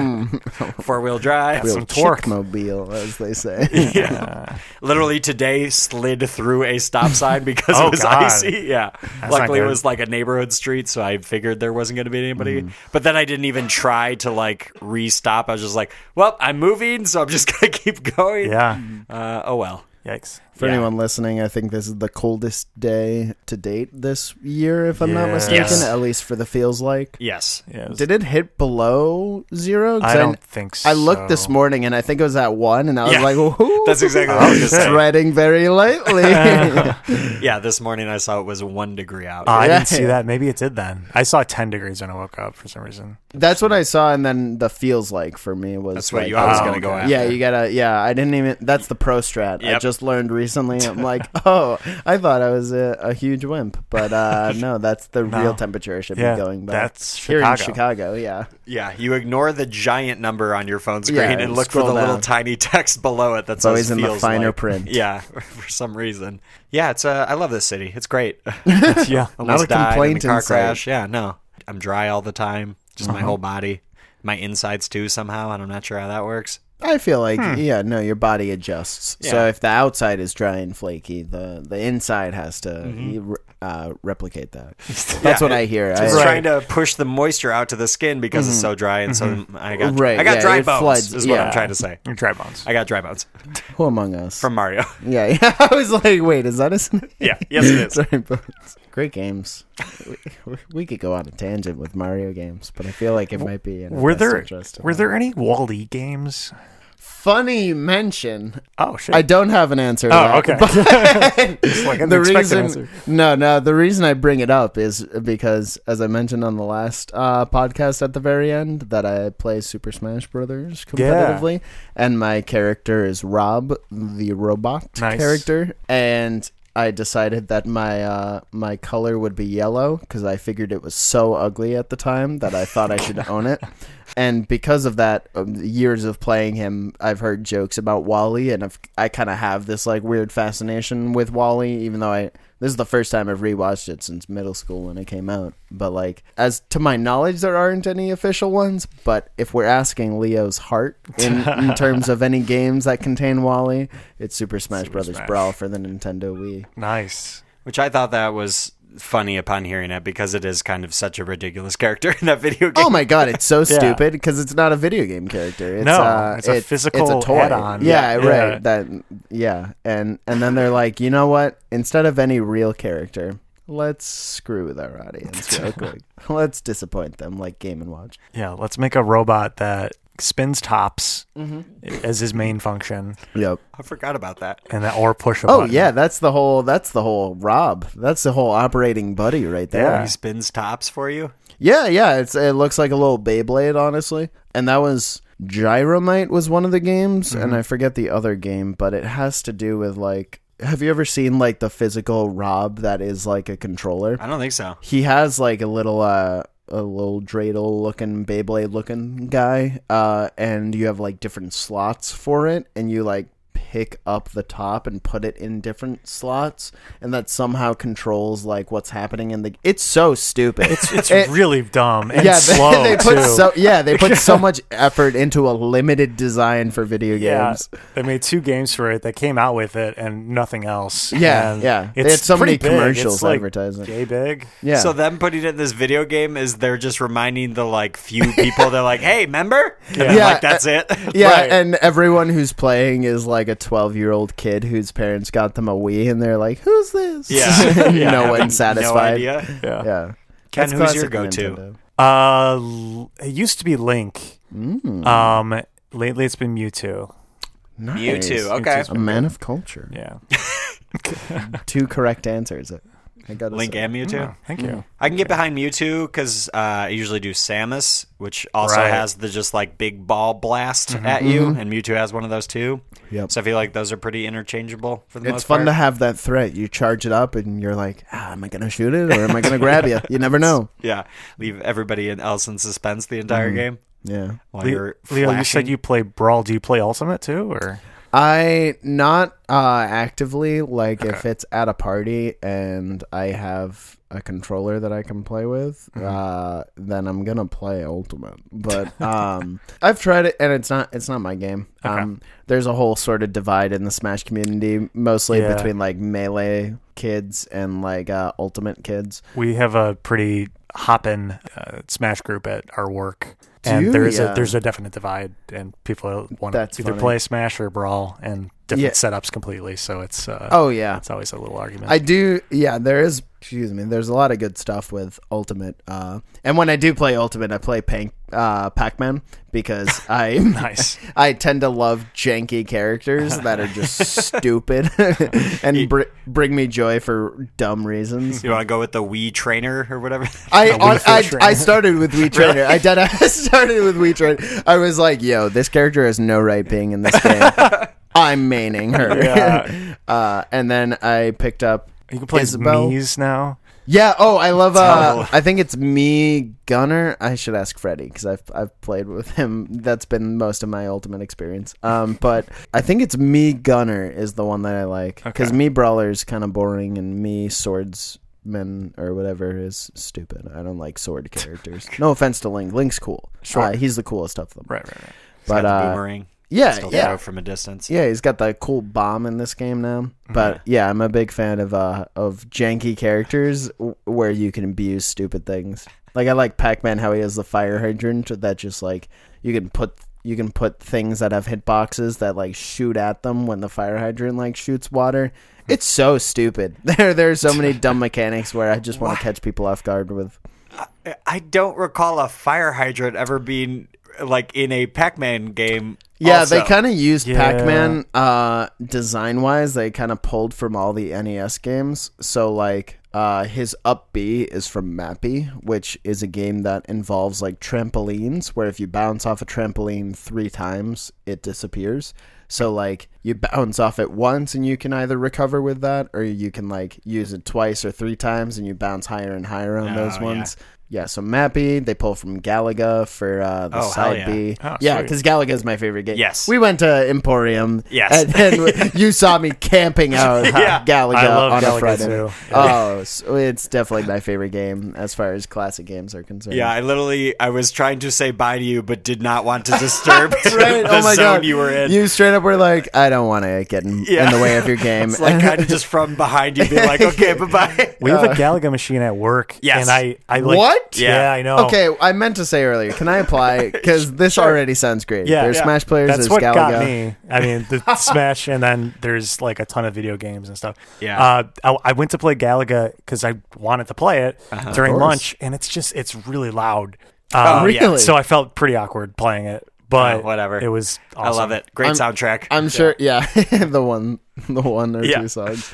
Speaker 1: four wheel drive.
Speaker 3: Real
Speaker 2: some torque.
Speaker 3: mobile, as they say.
Speaker 1: Yeah. Literally today slid through a stop sign because
Speaker 2: Oh,
Speaker 1: it was
Speaker 2: God.
Speaker 1: icy. Yeah.
Speaker 2: not
Speaker 1: Luckily it
Speaker 2: good.
Speaker 1: was like a neighborhood street, so I figured there wasn't gonna be anybody.
Speaker 3: Mm.
Speaker 1: But then I didn't even try to like re-stop. I was just like, Well, I'm moving, so I'm just gonna keep going.
Speaker 2: Yeah.
Speaker 3: Mm-hmm.
Speaker 1: Uh, oh well.
Speaker 2: Yikes.
Speaker 3: For
Speaker 1: Yeah.
Speaker 3: anyone listening, I think this is the coldest day to date this year, if I'm not
Speaker 2: Yes.
Speaker 3: mistaken.
Speaker 1: Yes.
Speaker 3: At least for the feels like.
Speaker 1: Yes.
Speaker 2: Yeah. it was-
Speaker 3: Did it hit below zero? 'Cause
Speaker 2: I don't think so.
Speaker 3: I looked this morning and I think it was at one, and I was
Speaker 1: Yeah.
Speaker 3: like, "Ooh,
Speaker 1: That's exactly what I was gonna say.
Speaker 3: treading very lightly."
Speaker 1: Yeah, this morning I saw it was one degree out.
Speaker 2: Uh, I
Speaker 3: Yeah.
Speaker 2: didn't see that. Maybe it did then. I saw 10 degrees when I woke up for some reason.
Speaker 3: That's what I saw, and then the feels like for me was
Speaker 1: That's what
Speaker 3: like-
Speaker 1: you always
Speaker 2: Oh,
Speaker 1: gonna go
Speaker 2: okay.
Speaker 1: after.
Speaker 3: Yeah, you gotta. Yeah, I didn't even. That's the pro strat. I
Speaker 1: Yep.
Speaker 3: just learned recently. I'm like, oh, I thought I was a, a huge wimp, but uh, no, that's the
Speaker 2: No.
Speaker 3: real temperature I should
Speaker 2: Yeah,
Speaker 3: be going by.
Speaker 2: that's
Speaker 3: here in
Speaker 2: Chicago.
Speaker 3: Chicago. Yeah,
Speaker 1: Yeah, you ignore the giant number on your phone screen
Speaker 3: Yeah,
Speaker 1: and look for the
Speaker 3: scroll
Speaker 1: little
Speaker 3: down.
Speaker 1: tiny text below it. That's
Speaker 3: always in the finer
Speaker 1: like.
Speaker 3: print.
Speaker 1: Yeah, for some reason. Yeah, it's. Uh, I love this city. It's great.
Speaker 2: yeah.
Speaker 1: Almost
Speaker 3: a
Speaker 1: died in
Speaker 3: complaint
Speaker 1: the car
Speaker 3: in sight.
Speaker 1: crash. Yeah, no, I'm dry all the time. Just
Speaker 3: Uh-huh.
Speaker 1: my whole body, my insides too. Somehow, and I'm not sure how that works.
Speaker 3: I feel like
Speaker 2: Hmm.
Speaker 3: yeah, no, your body adjusts. So
Speaker 1: Yeah.
Speaker 3: if the outside is dry and flaky, the the inside has to
Speaker 2: Mm-hmm.
Speaker 3: re- uh, replicate that. That's what I hear. I,
Speaker 1: It's
Speaker 2: Right.
Speaker 1: trying to push the moisture out to the skin because it's so dry, and so I got
Speaker 3: Right,
Speaker 1: I got
Speaker 3: yeah,
Speaker 1: dry
Speaker 3: it
Speaker 1: bones.
Speaker 3: floods,
Speaker 1: Is what I'm
Speaker 3: yeah.
Speaker 1: trying to say.
Speaker 2: Your dry bones.
Speaker 1: I got dry bones
Speaker 3: Who among us?
Speaker 1: from Mario.
Speaker 3: yeah, yeah. I was like, wait, is that a snake?
Speaker 2: yeah. Yes, it is.
Speaker 3: Sorry, but great games. We, we could go on a tangent with Mario games, but I feel like it might be. In our
Speaker 2: Were
Speaker 3: best
Speaker 2: there
Speaker 3: interest of
Speaker 2: were
Speaker 3: that.
Speaker 2: there any Wally games?
Speaker 3: funny mention?
Speaker 2: Oh shit.
Speaker 3: I don't have an answer. To
Speaker 2: oh
Speaker 3: that,
Speaker 2: okay.
Speaker 3: but
Speaker 2: like an
Speaker 3: the
Speaker 2: expected
Speaker 3: reason,
Speaker 2: answer.
Speaker 3: no, no, the reason I bring it up is because, as I mentioned on the last uh, podcast at the very end, that I play Super Smash Brothers
Speaker 2: Yeah.
Speaker 3: competitively, and my character is Rob, the robot
Speaker 2: Nice.
Speaker 3: character, and. I decided that my uh, my color would be yellow because I figured it was so ugly at the time that I thought I should own it, and because of that, um, years of playing him, I've heard jokes about Wally, and I've, I kind of have this like weird fascination with Wally, even though I this is the first time I've rewatched it since middle school when it came out. But like, as to my knowledge, there aren't any official ones. But if we're asking Leo's heart in, in terms of any games that contain Wally, it's Super Smash Brothers
Speaker 2: Smash.
Speaker 3: Brawl for the Nintendo Wii.
Speaker 2: Nice.
Speaker 1: Which I thought that was funny upon hearing it because it is kind of such a ridiculous character in that video game.
Speaker 3: Oh my god, it's so stupid because it's not a video game character. It's,
Speaker 2: No,
Speaker 3: uh,
Speaker 2: it's a physical
Speaker 3: it's a toy.
Speaker 2: add-on.
Speaker 3: Yeah,
Speaker 2: Yeah.
Speaker 3: right. That yeah, and and then they're like, you know what? Instead of any real character, let's screw with our audience real quick. let's disappoint them like Game and Watch.
Speaker 2: Yeah, let's make a robot that spins tops
Speaker 3: Mm-hmm.
Speaker 2: as his main function,
Speaker 3: Yep.
Speaker 1: I forgot about that.
Speaker 2: and that or push a
Speaker 3: Oh
Speaker 2: button.
Speaker 3: yeah, that's the whole. That's the whole Rob. That's the whole operating buddy right there.
Speaker 2: Yeah.
Speaker 1: He spins tops for you.
Speaker 3: Yeah, yeah, it's it looks like a little Beyblade, honestly. And that was Gyromite was one of the games, and I forget the other game, but it has to do with like have you ever seen like the physical Rob that is like a controller?
Speaker 1: I don't think so.
Speaker 3: He has like a little uh a little dreidel looking Beyblade looking guy, uh, and you have like different slots for it, and you like pick up the top and put it in different slots, and that somehow controls like what's happening in the. It's so stupid. It's
Speaker 2: it's really dumb and
Speaker 3: yeah, they,
Speaker 2: slow
Speaker 3: they put
Speaker 2: too.
Speaker 3: so yeah they put so much effort into a limited design for video
Speaker 2: yeah,
Speaker 3: games.
Speaker 2: they made two games for it. They came out with it and nothing else.
Speaker 3: Yeah,
Speaker 2: And
Speaker 3: yeah. They had so
Speaker 2: pretty
Speaker 3: many
Speaker 2: big.
Speaker 3: commercials
Speaker 2: It's like
Speaker 3: advertising.
Speaker 2: Yay big.
Speaker 3: Yeah,
Speaker 1: So them putting it in this video game is they're just reminding the like few people they're like, hey, member? And then,
Speaker 3: Yeah.
Speaker 1: like that's it.
Speaker 3: yeah,
Speaker 2: right.
Speaker 3: and everyone who's playing is like a twelve-year-old kid whose parents got them a Wii, and they're like, "Who's this?"
Speaker 1: Yeah. Yeah.
Speaker 3: no
Speaker 1: Having no
Speaker 3: one's satisfied.
Speaker 1: idea.
Speaker 2: Yeah.
Speaker 3: Yeah,
Speaker 1: Ken,
Speaker 3: That's
Speaker 1: who's your
Speaker 3: classic
Speaker 1: go to?
Speaker 3: Nintendo.
Speaker 2: Uh, L- it used to be Link.
Speaker 3: Mm.
Speaker 2: Um, lately it's been Mewtwo.
Speaker 3: Nice.
Speaker 1: You too. Okay.
Speaker 2: Mewtwo's
Speaker 3: A man of culture.
Speaker 2: Yeah.
Speaker 3: Two correct answers. I got
Speaker 1: Link and Mewtwo.
Speaker 2: Oh, Thank you.
Speaker 3: Hmm.
Speaker 1: I can get behind Mewtwo because uh, I usually do Samus, which also
Speaker 2: Right.
Speaker 1: has the just like big ball blast at you, and Mewtwo has one of those too.
Speaker 3: Mm-hmm. Yep.
Speaker 1: So I feel like those are pretty interchangeable for the
Speaker 3: It's
Speaker 1: most
Speaker 3: fun
Speaker 1: part.
Speaker 3: to have that threat. You charge it up, and you're like, ah, "Am I gonna shoot it, or am I gonna grab you?" You never know.
Speaker 1: yeah, leave everybody in- else in suspense the entire
Speaker 3: Mm-hmm.
Speaker 1: game
Speaker 3: Yeah.
Speaker 1: while
Speaker 2: Le-
Speaker 1: you're
Speaker 2: Leo, you
Speaker 1: flashing.
Speaker 2: said you play Brawl. Do you play Ultimate too, or
Speaker 3: I not uh, actively like if it's at a party and I have a controller that I can play with, uh, then I'm gonna play Ultimate. But um, I've tried it and it's not it's not my game. Um, there's a whole sort of divide in the Smash community, mostly
Speaker 2: Yeah.
Speaker 3: between like melee kids and like uh, Ultimate kids.
Speaker 2: we have a pretty hoppin' uh, Smash group at our work,
Speaker 3: you?
Speaker 2: and there's
Speaker 3: Yeah.
Speaker 2: a there's a definite divide, and people want
Speaker 3: That's
Speaker 2: to either
Speaker 3: funny.
Speaker 2: play Smash or Brawl, and different
Speaker 3: Yeah.
Speaker 2: setups completely. So it's uh,
Speaker 3: Oh yeah,
Speaker 2: it's always a little argument.
Speaker 3: I do. Yeah, there is. Excuse me. There's a lot of good stuff with Ultimate. Uh, and when I do play Ultimate, I play Pan- uh, Pac-Man because I
Speaker 2: nice.
Speaker 3: I tend to love janky characters that are just stupid and br- bring me joy for dumb reasons.
Speaker 1: You want to go with the Wii trainer or whatever?
Speaker 3: I,
Speaker 2: A Wii
Speaker 3: on, I,
Speaker 2: Fit
Speaker 3: I
Speaker 2: Trainer.
Speaker 3: started with Wii Trainer. I did. I started with Wii Trainer. I was like, "Yo, this character has no right being in this game." I'm maining her.
Speaker 2: Yeah.
Speaker 3: uh, and then I picked up.
Speaker 2: You can play
Speaker 3: Isabel.
Speaker 2: Mies now.
Speaker 3: Yeah. Oh, I love. Uh, I think it's me, Gunner. I should ask Freddie because I've I've played with him. That's been most of my ultimate experience. Um, but I think it's me, Gunner is the one that I like because
Speaker 2: Okay.
Speaker 3: me brawler is kind of boring and me swordsman or whatever is stupid. I don't like sword characters. no offense to Link. Link's cool.
Speaker 2: Sure.
Speaker 3: Uh, he's the coolest of them.
Speaker 2: Right, right, right.
Speaker 1: Got
Speaker 3: But
Speaker 1: the
Speaker 3: uh,
Speaker 1: boomerang.
Speaker 3: yeah,
Speaker 1: Still
Speaker 3: yeah.
Speaker 1: throw from a distance.
Speaker 3: Yeah, he's got the cool bomb in this game now. But yeah, I'm a big fan of uh of janky characters w- where you can abuse stupid things. Like I like Pac-Man how he has the fire hydrant that just like you can put you can put things that have hitboxes that like shoot at them when the fire hydrant like shoots water. It's so stupid. There there are so many dumb mechanics where I just want to catch people off guard with.
Speaker 1: I don't recall a fire hydrant ever being like in a Pac-Man game.
Speaker 3: Yeah,
Speaker 1: also.
Speaker 3: they kind of used
Speaker 2: Yeah.
Speaker 3: Pac-Man uh, design-wise. They kind of pulled from all the NES games. So like uh, his up B is from Mappy, which is a game that involves like trampolines, where if you bounce off a trampoline three times, it disappears. So like you bounce off it once and you can either recover with that, or you can like use it twice or three times and you bounce higher and higher on those
Speaker 1: Oh, yeah.
Speaker 3: ones. Yeah, so Mappy, they pull from Galaga for uh, the
Speaker 1: Oh, hell
Speaker 3: side
Speaker 1: yeah.
Speaker 3: B.
Speaker 2: Oh,
Speaker 3: yeah,
Speaker 2: sweet.
Speaker 3: because Galaga is my favorite game.
Speaker 1: Yes.
Speaker 3: We went to Emporium.
Speaker 1: Yes.
Speaker 3: And then you saw me camping out
Speaker 1: Yeah.
Speaker 3: Galaga
Speaker 2: I love
Speaker 3: on
Speaker 2: Galaga
Speaker 3: a Friday.
Speaker 2: too.
Speaker 3: Oh, so it's definitely my favorite game as far as classic games are concerned.
Speaker 1: Yeah, I literally I was trying to say bye to you, but did not want to disturb
Speaker 3: Right?
Speaker 1: the
Speaker 3: oh my
Speaker 1: zone
Speaker 3: god.
Speaker 1: you were in.
Speaker 3: You straight up were like, I don't want to get in,
Speaker 1: Yeah.
Speaker 3: in the way of your game.
Speaker 1: it's like kind of just from behind you, being like, "Okay, bye bye."
Speaker 2: We have a Galaga machine at work.
Speaker 1: Yes.
Speaker 2: And I, I like,
Speaker 3: Uh, What?
Speaker 2: Yeah,
Speaker 1: Yeah.
Speaker 2: I know.
Speaker 3: Okay, I meant to say earlier. Can I apply? Because this already sounds great.
Speaker 2: Yeah,
Speaker 3: there's
Speaker 2: yeah.
Speaker 3: Smash players.
Speaker 2: That's
Speaker 3: there's
Speaker 2: what
Speaker 3: Galaga.
Speaker 2: got me. I mean, the Smash, and then there's like a ton of video games and stuff.
Speaker 1: Yeah.
Speaker 2: Uh, I, I went to play Galaga because I wanted to play it
Speaker 1: Uh-huh.
Speaker 2: during
Speaker 3: Of course.
Speaker 2: lunch, and it's just it's really loud. Uh,
Speaker 3: Oh, really?
Speaker 2: So I felt pretty awkward playing it, but
Speaker 1: Oh, whatever.
Speaker 2: It was.
Speaker 1: I
Speaker 2: Awesome.
Speaker 1: love it. Great soundtrack.
Speaker 3: I'm sure. Yeah, the one, the one or
Speaker 1: Yeah.
Speaker 3: two songs.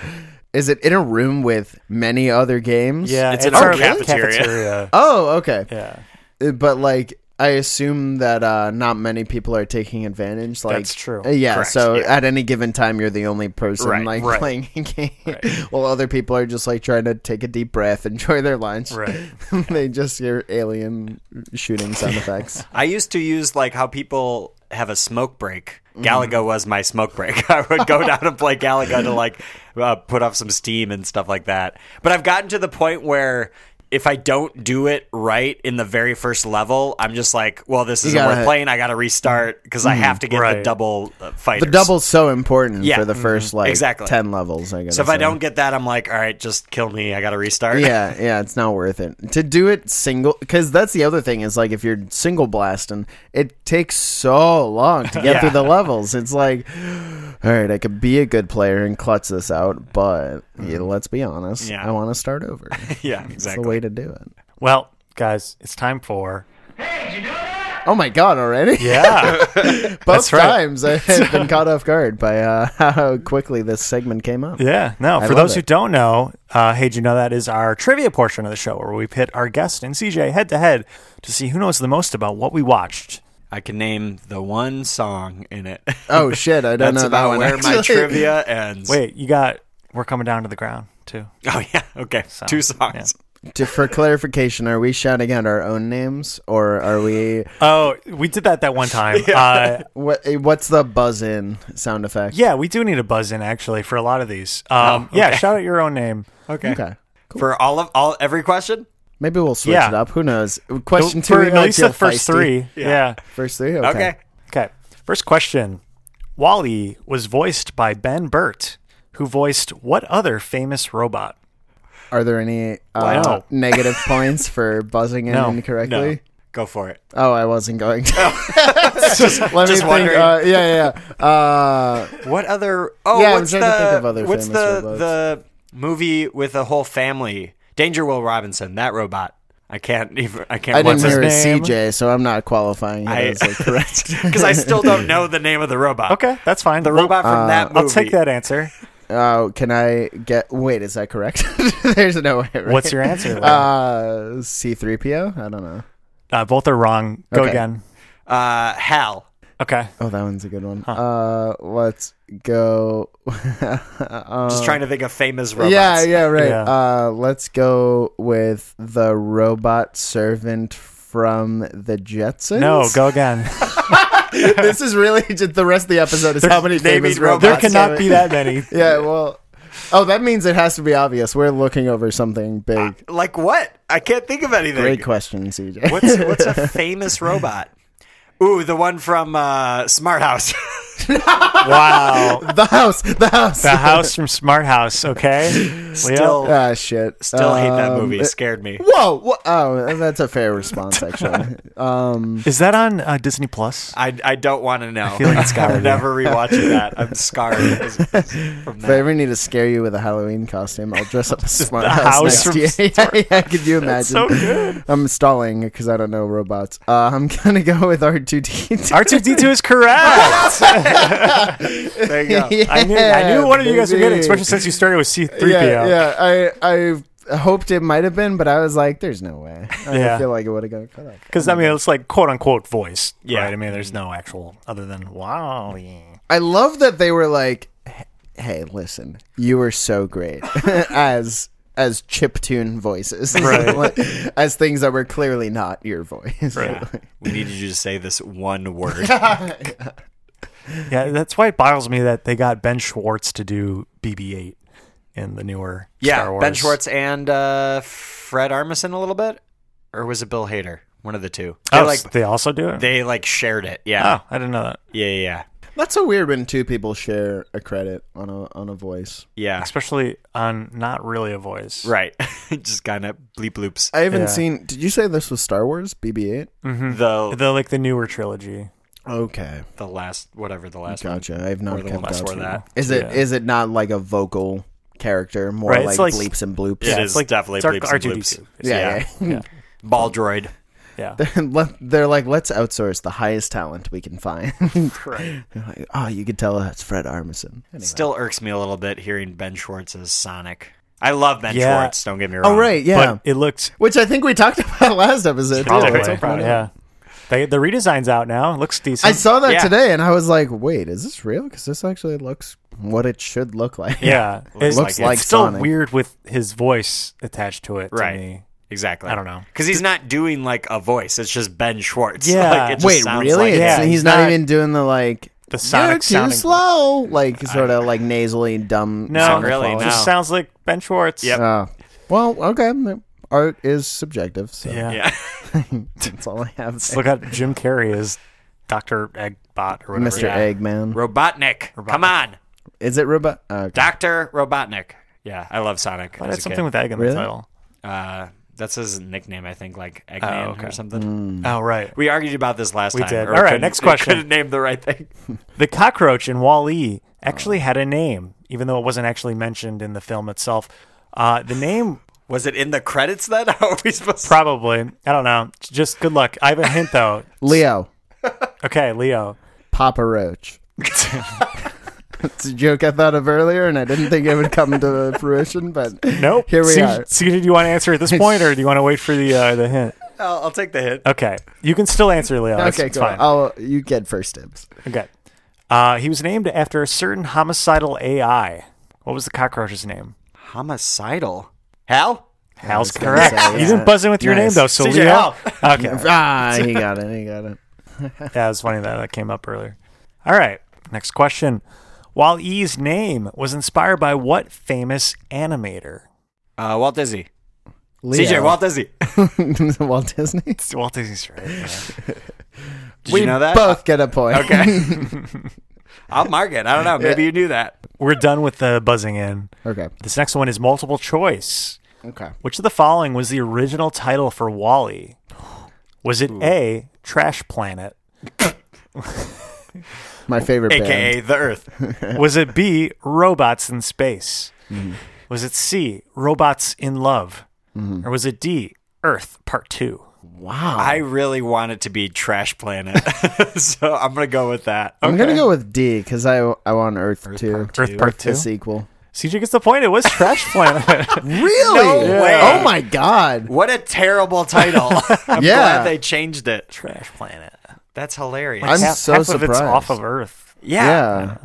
Speaker 3: Is it in a room with many other games?
Speaker 2: Yeah,
Speaker 1: It's in our cafeteria.
Speaker 2: cafeteria.
Speaker 3: Oh, okay.
Speaker 2: yeah,
Speaker 3: Uh, But like, I assume that uh, not many people are taking advantage. Like,
Speaker 2: That's true.
Speaker 3: Uh, Yeah.
Speaker 1: Correct,
Speaker 3: So
Speaker 1: yeah.
Speaker 3: at any given time, you're the only person
Speaker 1: Right,
Speaker 3: like
Speaker 2: right.
Speaker 3: playing a game, while other people are just like trying to take a deep breath, enjoy their lunch.
Speaker 2: Right.
Speaker 3: they just hear alien shooting sound effects.
Speaker 1: I used to use like how people have a smoke break.
Speaker 3: Mm-hmm.
Speaker 1: Galaga was my smoke break. I would go down and play Galaga to like uh, put off some steam and stuff like that. But I've gotten to the point where if I don't do it right in the very first level, I'm just like, well, this isn't
Speaker 3: gotta- Mm-hmm.
Speaker 1: worth playing. I got to restart because I have to get the
Speaker 2: right.
Speaker 1: double uh, fighters.
Speaker 3: The double's so important
Speaker 1: Yeah. Mm-hmm.
Speaker 3: for the first like
Speaker 1: Exactly.
Speaker 3: ten levels. I guess.
Speaker 1: So if I don't get that, I'm like, all right, just kill me. I got to restart.
Speaker 3: yeah, yeah, it's not worth it to do it single because that's the other thing is like if you're single blasting, it takes so long to get
Speaker 1: Yeah.
Speaker 3: through the levels. It's like, all right, I could be a good player and klutz this out, but yeah, let's be honest,
Speaker 1: Mm-hmm. Yeah.
Speaker 3: I want to start over.
Speaker 1: yeah,
Speaker 3: That's the
Speaker 1: exactly.
Speaker 3: way to do it.
Speaker 2: Well, guys, it's time for
Speaker 3: Oh my god, already
Speaker 2: yeah.
Speaker 3: both
Speaker 2: that's right.
Speaker 3: times I have been caught off guard by uh, how quickly this segment came up.
Speaker 2: Yeah, no. For
Speaker 3: love
Speaker 2: those who
Speaker 3: it.
Speaker 2: don't know, uh, hey, do you know that is our trivia portion of the show where we pit our guest and CJ head to head to see who knows the most about what we watched.
Speaker 1: I can name the one song in it.
Speaker 3: Oh shit, I don't
Speaker 1: That's
Speaker 3: know that
Speaker 1: about
Speaker 3: one.
Speaker 1: where my
Speaker 3: actually.
Speaker 1: trivia ends.
Speaker 2: Wait, you got we're coming down to the ground too.
Speaker 1: Oh yeah. Okay. Two songs.
Speaker 3: To- for clarification, are we shouting out our own names or are we?
Speaker 2: Oh, we did that that one time. yeah. Uh,
Speaker 3: What eh, what's the buzz in sound effect?
Speaker 2: yeah, we do need a buzz in actually for a lot of these. Um,
Speaker 3: Oh,
Speaker 2: Yeah, shout out your own name.
Speaker 1: Okay.
Speaker 3: Okay.
Speaker 1: For all of all every question?
Speaker 3: Maybe we'll switch
Speaker 2: Yeah.
Speaker 3: it up. Who knows? Question two.
Speaker 2: Oh, for
Speaker 3: we
Speaker 2: at
Speaker 3: might
Speaker 2: least
Speaker 3: feel
Speaker 2: the first
Speaker 3: feisty.
Speaker 2: three. yeah.
Speaker 3: First three. Okay.
Speaker 1: Okay.
Speaker 2: Okay. First question. Wally was voiced by Ben Burt, who voiced what other famous robot?
Speaker 3: Are there any
Speaker 2: Why
Speaker 3: uh,
Speaker 2: not?
Speaker 3: negative points for buzzing in
Speaker 2: No. Oh.
Speaker 1: No.
Speaker 3: incorrectly?
Speaker 1: Go for it.
Speaker 3: Oh, I wasn't going. to. Let
Speaker 1: just
Speaker 3: me think.
Speaker 1: wondering.
Speaker 3: Uh, yeah, yeah, yeah. Uh,
Speaker 1: What other Oh,
Speaker 3: Yeah, I'm
Speaker 1: what's
Speaker 3: trying
Speaker 1: the
Speaker 3: to think of other
Speaker 1: What's
Speaker 3: famous
Speaker 1: the
Speaker 3: robots.
Speaker 1: the movie with the whole family? Danger Will Robinson, that robot. I can't even I can't
Speaker 3: I didn't
Speaker 1: what's his
Speaker 3: hear a
Speaker 1: name?
Speaker 2: name?
Speaker 3: CJ, so I'm not qualifying. it
Speaker 1: I-
Speaker 3: as, like, correct.
Speaker 1: Cuz I still don't know the name of the robot.
Speaker 2: Okay, that's fine.
Speaker 1: The robot from that movie.
Speaker 2: I'll take that answer.
Speaker 3: Uh, can I get? Wait, is that correct? There's no way. Right?
Speaker 2: What's your answer? Larry? Uh,
Speaker 3: Uh, C3PO. I don't know.
Speaker 2: both Uh, are wrong. Go
Speaker 3: okay.
Speaker 2: again.
Speaker 1: Uh Hal.
Speaker 2: Okay.
Speaker 3: Oh, that one's a good one. Uh, let's go. Um,
Speaker 1: Just trying to think of famous robots.
Speaker 3: Yeah, yeah, right.
Speaker 2: Yeah.
Speaker 3: Uh, let's go with the robot servant from the Jetsons.
Speaker 2: No, go again.
Speaker 3: this is really just the rest of the episode is how many
Speaker 1: they
Speaker 3: famous
Speaker 1: mean robots.
Speaker 3: robots.
Speaker 2: there cannot
Speaker 3: are-
Speaker 2: be that many.
Speaker 3: Yeah, well, oh, that means it has to be obvious. We're looking over something big.
Speaker 1: Like what? I can't think of anything.
Speaker 3: Great question, CJ.
Speaker 1: What's what's a famous robot? Ooh, the one from uh, Smart House.
Speaker 2: Wow.
Speaker 3: the house? The house.
Speaker 2: The house from Smart House, okay?
Speaker 1: Still,
Speaker 3: Ah, shit.
Speaker 1: still hate that
Speaker 3: Um,
Speaker 1: movie.
Speaker 3: it-
Speaker 1: Scared me.
Speaker 3: Whoa, wha- Oh, that's a fair response, actually. um,
Speaker 2: Is that on uh, Disney Plus?
Speaker 1: I, I don't want to know. I
Speaker 2: feel like it's gotta
Speaker 1: am
Speaker 2: be.
Speaker 1: never rewatching that. I'm scarred as- as- from
Speaker 3: if I
Speaker 1: that.
Speaker 3: ever need to scare you with a Halloween costume, I'll dress up as Smart
Speaker 2: the
Speaker 3: House,
Speaker 2: house
Speaker 3: next year. yeah, yeah, could you imagine?
Speaker 2: so good.
Speaker 3: I'm stalling because I don't know robots. Uh, I'm gonna go with R2D2.
Speaker 2: R2D2 is correct.
Speaker 1: There you go.
Speaker 2: I knew, I knew one of you guys were
Speaker 3: baby.
Speaker 2: getting, especially since you started with C3PO.
Speaker 3: Yeah, yeah. I I hoped it might have been, but I was like, "There's no way." I
Speaker 2: Yeah.
Speaker 3: feel like it would have gone cut off.
Speaker 2: Because I mean, it's like quote unquote voice.
Speaker 1: Yeah.
Speaker 2: right? I mean, there's no actual other than wow. yeah."
Speaker 3: I love that they were like, "H- "Hey, listen, you were so great as." As chiptune voices,
Speaker 2: Right.
Speaker 3: Like, as things that were clearly not your voice.
Speaker 2: Right.
Speaker 1: We needed you to say this one word.
Speaker 2: Yeah, that's why it boggles me that they got Ben Schwartz to do BB-8 in the newer Star
Speaker 1: yeah,
Speaker 2: Wars.
Speaker 1: Ben Schwartz and uh, Fred Armisen a little bit, or was it Bill Hader? One of the two. They
Speaker 2: Oh,
Speaker 1: like
Speaker 2: s- they also do it.
Speaker 1: they like shared it. Yeah,
Speaker 2: oh, I didn't know that.
Speaker 1: yeah, yeah, yeah.
Speaker 3: That's so weird when two people share a credit on a on a voice.
Speaker 1: yeah.
Speaker 2: Especially on not really a voice.
Speaker 1: Right. Just kind of bleep loops.
Speaker 3: I haven't
Speaker 2: Yeah.
Speaker 3: seen. Did you say this was Star Wars BB-8?
Speaker 1: Hmm. The
Speaker 2: The like the newer trilogy.
Speaker 3: Okay,
Speaker 1: the last whatever the last one.
Speaker 3: gotcha. I have
Speaker 1: or
Speaker 3: not
Speaker 1: the one
Speaker 3: kept up.
Speaker 1: before that.
Speaker 3: Is it is
Speaker 2: Yeah.
Speaker 3: it not like a vocal character, more
Speaker 2: Right,
Speaker 3: like,
Speaker 2: it's like-
Speaker 3: bleeps and bloops?
Speaker 1: It
Speaker 2: Yeah,
Speaker 1: is
Speaker 2: it's like
Speaker 1: definitely
Speaker 2: it's our-
Speaker 1: bleeps and
Speaker 2: R2D2.
Speaker 1: bloops.
Speaker 3: yeah. yeah.
Speaker 1: Ball droid.
Speaker 2: Yeah.
Speaker 3: Let- They're like, let's outsource the highest talent we can find.
Speaker 2: right.
Speaker 3: They're like, oh, you could tell that's Fred Armisen. Anyway.
Speaker 1: Still irks me a little bit hearing Ben Schwartz as Sonic. I love Ben
Speaker 2: Yeah.
Speaker 1: Schwartz. Don't get me wrong.
Speaker 3: Oh right, yeah.
Speaker 2: But it looked
Speaker 3: Which I think we talked about last episode. too.
Speaker 2: probably.
Speaker 1: Dude, I'm so proud of
Speaker 2: yeah. They, the redesign's out now. It looks decent.
Speaker 3: I saw that
Speaker 1: Yeah.
Speaker 3: today, and I was like, wait, is this real? Because this actually looks what it should look like.
Speaker 2: yeah. It
Speaker 1: Looks
Speaker 2: looks
Speaker 1: like
Speaker 2: like
Speaker 3: it.
Speaker 2: still
Speaker 3: Sonic.
Speaker 2: weird with his voice attached to it. to
Speaker 1: Right.
Speaker 2: me.
Speaker 1: Exactly.
Speaker 2: I don't know.
Speaker 1: Because he's not doing like a voice. It's just Ben Schwartz.
Speaker 2: Yeah.
Speaker 1: Like, it just
Speaker 3: Wait,
Speaker 1: sounds
Speaker 3: really?
Speaker 1: Like
Speaker 2: Yeah,
Speaker 3: It's- he's,
Speaker 2: he's
Speaker 3: not,
Speaker 2: not-
Speaker 3: even doing the like.
Speaker 2: The Sonic
Speaker 3: You're too
Speaker 2: sounding.
Speaker 3: slow, like sort of like nasally dumb.
Speaker 2: No,
Speaker 3: Sonic
Speaker 1: really,
Speaker 3: quality.
Speaker 1: no.
Speaker 2: Just sounds like Ben Schwartz.
Speaker 1: Yep.
Speaker 3: Oh. well, okay. Art is subjective, so
Speaker 2: Yeah.
Speaker 1: Yeah.
Speaker 3: that's all I have.
Speaker 2: Look at Jim Carrey as Dr. Eggbot or whatever.
Speaker 3: Mr.
Speaker 2: Yeah.
Speaker 3: Eggman.
Speaker 1: Robotnik. Come on.
Speaker 3: is it robot? Uh,
Speaker 1: Dr. Robotnik. Yeah. I love Sonic.
Speaker 2: But
Speaker 1: as
Speaker 2: it's
Speaker 1: a kid.
Speaker 2: something with egg in
Speaker 3: Really?
Speaker 2: the title.
Speaker 1: uh, that's his nickname, I think, like Eggman
Speaker 2: okay.
Speaker 1: or something.
Speaker 3: Hmm.
Speaker 2: Oh, right.
Speaker 1: We argued about this last
Speaker 2: We
Speaker 1: time.
Speaker 2: did.
Speaker 1: or
Speaker 2: All right,
Speaker 1: couldn't-
Speaker 2: next question.
Speaker 1: Couldn't name the right thing.
Speaker 2: The cockroach in Wall-E actually
Speaker 3: Oh.
Speaker 2: had a name, even though it wasn't actually mentioned in the film itself. Uh, the name
Speaker 1: Was it in the credits then? How are we supposed to?
Speaker 2: probably, I don't know. Just good luck. I have a hint though.
Speaker 3: Leo,
Speaker 2: Okay, Leo.
Speaker 3: Papa Roach. it's a joke I thought of earlier, and I didn't think it would come to fruition, but
Speaker 2: Nope.
Speaker 3: Here we
Speaker 2: See-
Speaker 3: are.
Speaker 2: see, do you want to answer at this point, or do you want to wait for the uh, the hint?
Speaker 1: I'll, I'll take the hit.
Speaker 2: Okay, you can still answer, Leo. It's-
Speaker 3: okay,
Speaker 2: it's
Speaker 3: cool.
Speaker 2: fine.
Speaker 3: I'll, you get first dibs.
Speaker 2: Okay. Uh, he was named after a certain homicidal AI. What was the cockroach's name?
Speaker 1: Homicidal. Hal?
Speaker 2: Hal's
Speaker 3: gonna
Speaker 2: correct.
Speaker 3: say, uh,
Speaker 2: You
Speaker 3: yeah.
Speaker 2: didn't buzz in with your
Speaker 3: Nice.
Speaker 2: name though, so
Speaker 1: CJ
Speaker 2: Leo.
Speaker 1: Hal.
Speaker 2: Okay.
Speaker 3: Ah, he got it. He got it.
Speaker 2: Yeah, it's funny that that came up earlier. All right, next question. While E's name was inspired by what famous animator?
Speaker 1: Uh, Walt Disney.
Speaker 3: Leo.
Speaker 1: CJ, Walt Disney.
Speaker 3: Walt Disney.
Speaker 2: It's Walt Disney's right. yeah.
Speaker 1: Did
Speaker 3: we
Speaker 1: you know that?
Speaker 3: both get a point.
Speaker 1: Okay. I'll mark it. I don't know. Maybe you knew that.
Speaker 2: We're done with the buzzing in.
Speaker 3: okay.
Speaker 2: This next one is multiple choice.
Speaker 3: Okay.
Speaker 2: Which of the following was the original title for Wally? Was it A, Trash Planet?
Speaker 3: My favorite band.
Speaker 1: AKA the Earth.
Speaker 2: Was it B, Robots in Space? Was it C, Robots in Love? Or was it D, Earth Part 2?
Speaker 3: Wow.
Speaker 1: I really want it to be Trash Planet. so I'm going to go with that.
Speaker 3: I'm gonna go with D because I I want Earth, two,
Speaker 2: Earth Part 2?
Speaker 3: the sequel.
Speaker 2: CJ gets the point. It was Trash Planet.
Speaker 3: Really?
Speaker 1: No way.
Speaker 3: Oh my god!
Speaker 1: What a terrible title. I'm
Speaker 3: Yeah.
Speaker 1: glad they changed it.
Speaker 2: Trash Planet.
Speaker 1: That's hilarious.
Speaker 3: I'm
Speaker 2: half,
Speaker 3: so
Speaker 2: half Of it's
Speaker 3: surprised.
Speaker 2: off of Earth.
Speaker 1: yeah.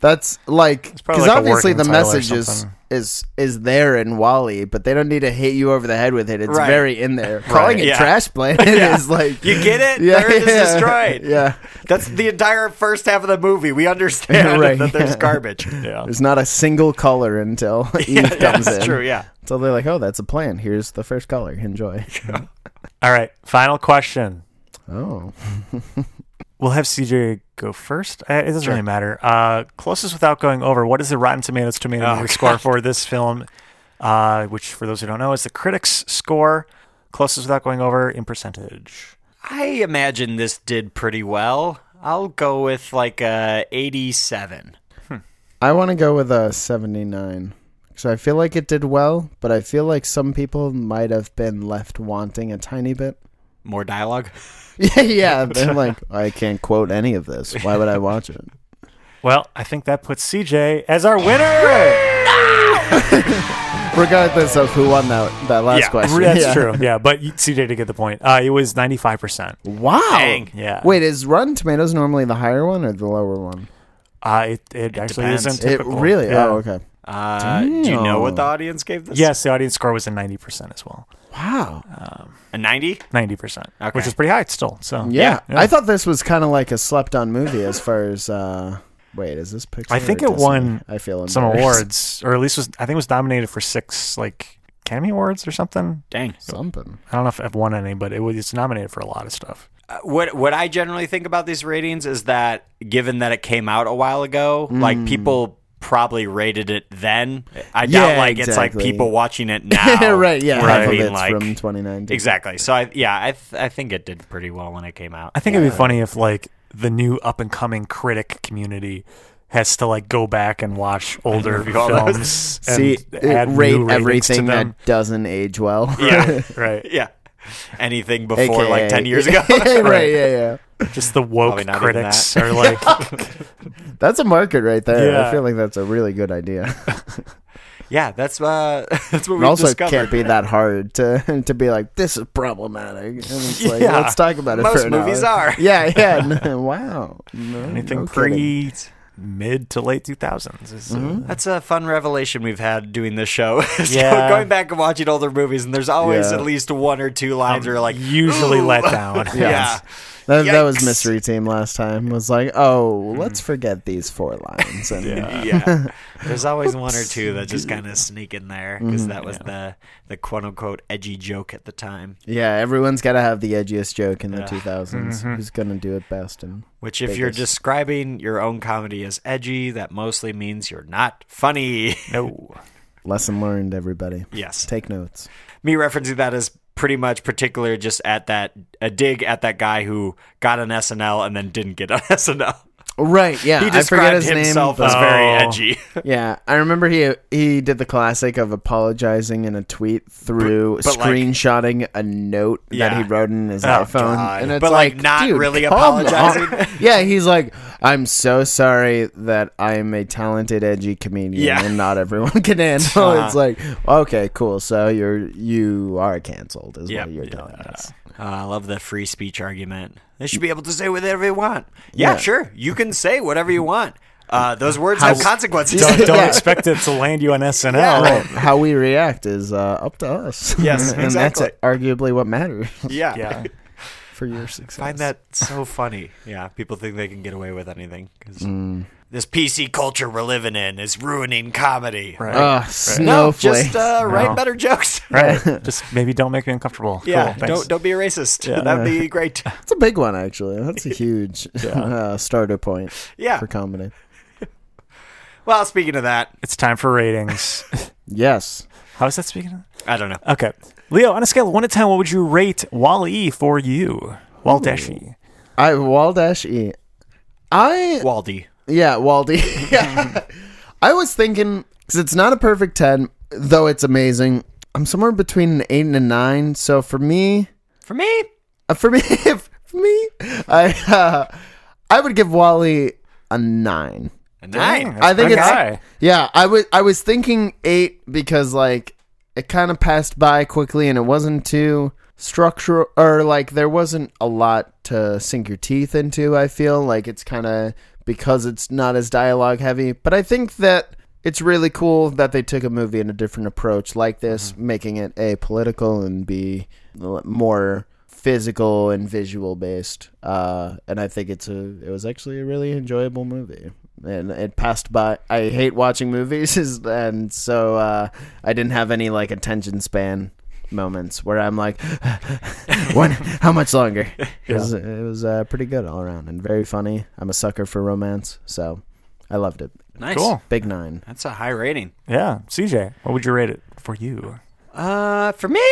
Speaker 3: That's like
Speaker 2: probably
Speaker 3: because
Speaker 2: like a
Speaker 3: obviously
Speaker 2: working
Speaker 3: the
Speaker 2: title or
Speaker 3: message is
Speaker 2: something.
Speaker 3: is is there in Wally, but they don't need to hit you over the head with it. It's
Speaker 1: Right.
Speaker 3: very in there. Calling it
Speaker 1: yeah.
Speaker 3: trash planet is like
Speaker 1: You get it?
Speaker 3: Yeah,
Speaker 1: Earth is
Speaker 3: yeah,
Speaker 1: destroyed.
Speaker 3: Yeah,
Speaker 1: That's the entire first half of the movie. We understand
Speaker 3: Right,
Speaker 1: that there's
Speaker 3: yeah.
Speaker 1: garbage.
Speaker 2: Yeah.
Speaker 3: there's not a single color until Eve
Speaker 1: Yeah,
Speaker 3: comes
Speaker 1: that's
Speaker 3: in.
Speaker 1: true. Yeah.
Speaker 3: So they're like, oh, that's a plan. Here's the first color. Enjoy.
Speaker 2: All right. Final question.
Speaker 3: oh,
Speaker 2: We'll have CJ go first. Uh, It doesn't really matter. Uh, closest without going over. What is the Rotten Tomatoes tomato
Speaker 1: Oh,
Speaker 2: meter score for this film? Uh, which, for those who don't know, is the critics' score. Closest without going over in percentage.
Speaker 1: I imagine this did pretty well. I'll go with like a 87.
Speaker 3: I want to go with a seventy nine. So I feel like it did well, but I feel like some people might have been left wanting a tiny bit.
Speaker 1: More dialogue?
Speaker 3: Yeah, yeah. They're like, I can't quote any of this. Why would I watch it?
Speaker 2: Well, I think that puts CJ as our winner.
Speaker 3: Regardless of who won that that last question.
Speaker 2: that's
Speaker 3: Yeah.
Speaker 2: true. Yeah, but you- CJ did get the point. Uh, it was ninety-five percent.
Speaker 3: Wow.
Speaker 1: Dang.
Speaker 2: Yeah.
Speaker 3: Wait, is Rotten Tomatoes normally the higher one or the lower one?
Speaker 2: Uh, it, it, actually
Speaker 1: depends.
Speaker 2: isn't.
Speaker 3: It
Speaker 2: typical.
Speaker 3: really?
Speaker 2: Yeah.
Speaker 3: Oh, okay.
Speaker 1: Uh, do you know what the
Speaker 3: Damn.
Speaker 1: audience gave this?
Speaker 2: Yes, the audience score was a ninety percent as well.
Speaker 3: Wow.
Speaker 1: A 90?
Speaker 2: Ninety percent,
Speaker 1: Okay.
Speaker 2: which is pretty high still. So
Speaker 3: Yeah.
Speaker 2: yeah.
Speaker 3: I thought this was kind of like a slept on movie as far as. uh Wait, is this Pixar?
Speaker 2: I think
Speaker 3: or
Speaker 2: it won
Speaker 3: Disney? I feel
Speaker 2: some awards,
Speaker 3: embarrassed.
Speaker 2: or at least was I think it was nominated for six like Academy Awards or something.
Speaker 1: Dang.
Speaker 3: Something.
Speaker 2: I don't know if I've won any, but it was it's nominated for a lot of stuff.
Speaker 1: Uh, what what I generally think about these ratings is that given that it came out a while ago,
Speaker 3: Hmm.
Speaker 1: like people probably rated it then. I doubt
Speaker 3: Yeah,
Speaker 1: like it's like
Speaker 3: exactly.
Speaker 1: people watching it now.
Speaker 3: right. Yeah.
Speaker 1: were
Speaker 3: Half of
Speaker 1: being
Speaker 3: it's
Speaker 1: like-
Speaker 3: from 2019.
Speaker 1: Exactly. So I yeah, I th- I think it did pretty well when it came out.
Speaker 2: I think it'd be funny if like the new up and coming critic community has to like go back and watch older
Speaker 1: Review all
Speaker 2: films and
Speaker 3: See,
Speaker 2: add
Speaker 3: it rate
Speaker 2: new ratings to
Speaker 3: everything
Speaker 2: them.
Speaker 3: that doesn't age well.
Speaker 1: Yeah.
Speaker 2: right.
Speaker 1: yeah. Anything before
Speaker 3: AKA.
Speaker 1: like 10 years ago.
Speaker 3: right. Yeah. Yeah.
Speaker 2: Just the
Speaker 1: Probably
Speaker 2: woke
Speaker 1: not even
Speaker 2: critics
Speaker 1: that.
Speaker 2: are like
Speaker 3: That's a market right there. I
Speaker 2: Yeah.
Speaker 3: feel like that's a really good idea.
Speaker 1: yeah, that's uh that's what
Speaker 3: It
Speaker 1: we
Speaker 3: also
Speaker 1: discovered.
Speaker 3: can't be that hard to to be like this is problematic. And it's like,
Speaker 2: Yeah.
Speaker 3: let's talk about it.
Speaker 1: Most
Speaker 3: for an hour.
Speaker 1: movies are.
Speaker 3: Yeah, yeah. no, wow. No,
Speaker 2: anything
Speaker 3: no kidding.
Speaker 2: pre
Speaker 3: Mm-hmm.
Speaker 2: mid to late two thousands. uh,
Speaker 1: That's a fun revelation we've had doing this show. Is go-
Speaker 2: Yeah.
Speaker 1: going back and watching older movies, and there's always
Speaker 3: Yeah. Um,
Speaker 1: at least one or two lines where you're like,
Speaker 2: usually
Speaker 1: "Ooh."
Speaker 2: let down.
Speaker 1: yeah.
Speaker 3: That, that was
Speaker 1: Yikes.
Speaker 3: mystery team last time. Was like, oh, let's forget these four lines. And
Speaker 1: yeah. There's always one or two that just kind of sneak in there
Speaker 3: Mm-hmm.
Speaker 1: because that was the the quote unquote edgy joke at the time.
Speaker 3: yeah, everyone's got to have the edgiest joke in the
Speaker 1: Yeah. Mm-hmm.
Speaker 3: 2000s. Who's gonna do it best? And
Speaker 1: Which, if you're
Speaker 3: Biggest.
Speaker 1: describing your own comedy as edgy, that mostly means you're not funny.
Speaker 2: No.
Speaker 3: lesson learned, everybody.
Speaker 1: yes.
Speaker 3: Take notes.
Speaker 1: me referencing that is pretty much particular just at that a dig at that guy who got an SNL and then didn't get an SNL.
Speaker 3: Right. Yeah.
Speaker 1: He
Speaker 3: Uh, I forget
Speaker 1: described
Speaker 3: his name.
Speaker 1: himself
Speaker 3: but-
Speaker 1: as very
Speaker 2: Oh.
Speaker 1: edgy.
Speaker 3: Yeah, I remember he he did the classic of apologizing in a tweet through
Speaker 1: But- but, like-
Speaker 3: screenshotting a note
Speaker 1: Yeah.
Speaker 3: that he wrote in his
Speaker 2: Oh,
Speaker 3: iPhone,
Speaker 1: God.
Speaker 3: and it's
Speaker 1: But, like,
Speaker 3: like,
Speaker 1: not
Speaker 3: dude,
Speaker 1: really
Speaker 3: come on.
Speaker 1: apologizing?
Speaker 3: yeah, he's like, I'm so sorry that I am a talented, edgy comedian,
Speaker 1: Yeah.
Speaker 3: and not everyone can handle.
Speaker 1: Uh-huh.
Speaker 3: It's like, okay, cool. So you're you are canceled, is
Speaker 1: Yeah.
Speaker 3: what you're
Speaker 1: Yeah.
Speaker 3: telling us.
Speaker 1: Uh, I love the free speech argument. They should be able to say whatever they want. Yeah,
Speaker 3: Yeah.
Speaker 1: sure. You can say whatever you want. Uh, those words have consequences.
Speaker 2: Don't, don't
Speaker 3: Yeah.
Speaker 2: expect it to land you on SNL.
Speaker 3: Right. How we react is uh, up to us.
Speaker 1: Oh. Yes,
Speaker 3: and
Speaker 1: exactly.
Speaker 3: that's arguably what matters
Speaker 1: yeah.
Speaker 2: Yeah.
Speaker 3: for your success.
Speaker 1: I find that so funny. Yeah, people think they can get away with anything 'cause
Speaker 2: Mm.
Speaker 1: this PC culture we're living in is ruining comedy.
Speaker 2: Right.
Speaker 3: Ugh,
Speaker 1: No,
Speaker 3: snowflake.
Speaker 1: just uh, write
Speaker 2: No.
Speaker 1: better jokes.
Speaker 2: right. Just maybe don't make me uncomfortable.
Speaker 1: Yeah,
Speaker 2: Cool, thanks.
Speaker 1: don't don't be a racist. That'd be great.
Speaker 3: It's a big one, actually. That's a huge uh, starter point
Speaker 1: Yeah.
Speaker 3: for comedy.
Speaker 1: Well, speaking of that,
Speaker 2: It's time for ratings.
Speaker 3: Yes.
Speaker 2: How is that speaking? of?
Speaker 1: I don't know.
Speaker 2: Okay. Leo, on a scale of 1 to 10, what would you rate Wall E for you? Wall Dash E.
Speaker 3: I Wall dash E. I
Speaker 1: Waldy.
Speaker 3: yeah, Waldy. Yeah. I was thinking because it's not a perfect ten, though it's amazing. I'm somewhere between an eight and a nine. So for me,
Speaker 1: For me,
Speaker 3: uh, for me, for me, I uh, I would give Wally a nine.
Speaker 1: a nine.
Speaker 3: I think
Speaker 2: Pretty
Speaker 3: it's
Speaker 2: high.
Speaker 3: yeah. I was I was thinking eight because like it kind of passed by quickly and it wasn't too structural or like there wasn't a lot to sink your teeth into i feel like it's kind of because it's not as dialogue heavy but i think that it's really cool that they took a movie in a different approach like this making it a political and b more physical and visual based uh and i think it's a it was actually a really enjoyable movie and it passed by i hate watching movies is- and so uh i didn't have any like attention span moments where i'm like when how much longer it was, it was uh, pretty good all around and very funny i'm a sucker for romance so i loved it
Speaker 1: Nice.
Speaker 2: Cool.
Speaker 3: big nine
Speaker 1: That's a high rating.
Speaker 2: Yeah. CJ, what would you rate it for you?
Speaker 1: Uh, for me,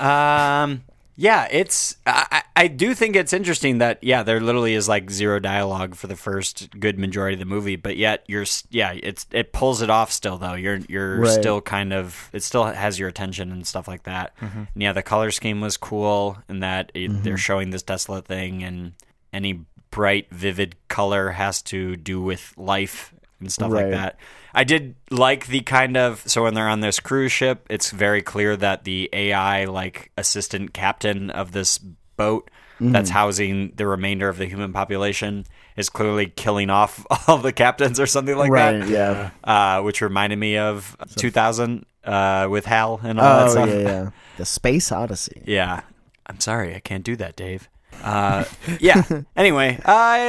Speaker 1: um, yeah, it's I, I I do think it's interesting that yeah, there literally is like zero dialogue for the first good majority of the movie, but yet you're s- yeah, it's it pulls it off still though. You're you're
Speaker 3: Right.
Speaker 1: still kind of it still has your attention and stuff like that.
Speaker 3: Mm-hmm.
Speaker 1: And yeah, the color scheme was cool in that it, they're showing this desolate thing, and any bright, vivid color has to do with life and stuff like
Speaker 3: Right.
Speaker 1: that. I did like the kind of so when they're on this cruise ship, it's very clear that the AI like assistant captain of this boat that's
Speaker 3: Mm-hmm.
Speaker 1: housing the remainder of the human population is clearly killing off all the captains or something like
Speaker 3: right
Speaker 1: that.
Speaker 3: yeah
Speaker 1: Uh, which reminded me of 2000 uh, with Hal and all that
Speaker 3: oh
Speaker 1: stuff.
Speaker 3: yeah yeah the space odyssey
Speaker 1: Yeah. I'm sorry, I can't do that, Dave. Uh, yeah. Anyway, I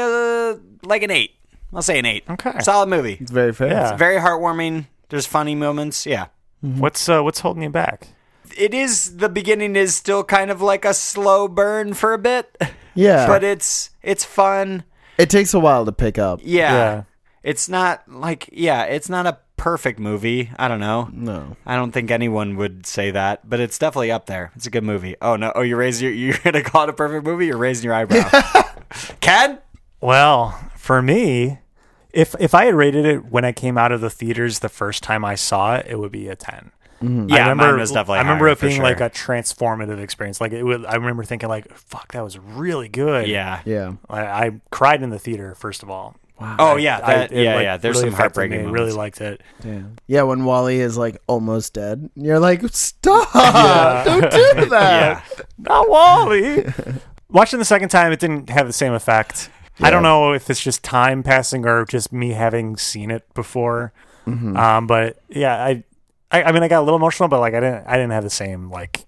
Speaker 1: uh, like an eight. I'll say an eight.
Speaker 2: Okay.
Speaker 1: Solid movie.
Speaker 3: it's very fair
Speaker 2: Yeah.
Speaker 1: Very heartwarming. There's funny moments. Yeah.
Speaker 2: What's uh, what's holding you back?
Speaker 1: It is the beginning is still kind of like a slow burn for a bit.
Speaker 3: Yeah.
Speaker 1: But it's it's fun.
Speaker 3: it takes a while to pick up
Speaker 1: Yeah.
Speaker 2: Yeah.
Speaker 1: It's not like yeah, it's not a perfect movie. I don't know.
Speaker 3: no
Speaker 1: I don't think anyone would say that, but it's definitely up there. It's a good movie. Oh no! Oh, you raise your you're gonna call it a perfect movie. You're raising your eyebrow. Ken,
Speaker 2: Well, for me, if if I had rated it when I came out of the theaters the first time I saw it, it would be a 10
Speaker 1: Mm-hmm. yeah,
Speaker 2: I remember,
Speaker 1: mine was definitely.
Speaker 2: I remember
Speaker 1: higher,
Speaker 2: it
Speaker 1: for
Speaker 2: being
Speaker 1: sure.
Speaker 2: like a transformative experience. Like it was, I remember thinking like, "Fuck, that was really good."
Speaker 1: yeah.
Speaker 3: yeah
Speaker 2: I, I cried in the theater first of all. Wow.
Speaker 1: Oh yeah, that,
Speaker 2: I- it,
Speaker 1: yeah,
Speaker 2: like,
Speaker 1: yeah. There's
Speaker 2: really
Speaker 1: some
Speaker 2: affected me.
Speaker 1: heartbreaking.
Speaker 2: Really
Speaker 1: moments.
Speaker 2: liked it.
Speaker 3: Yeah, when Wally is like almost dead, and you're like, stop! Don't do that.
Speaker 2: Not Wally. Watching the second time, it didn't have the same effect. I don't know if it's just time passing or just me having seen it before.
Speaker 3: Mm-hmm.
Speaker 2: Um, but yeah, I, I, I mean, I got a little emotional, but like I didn't, I didn't have the same like,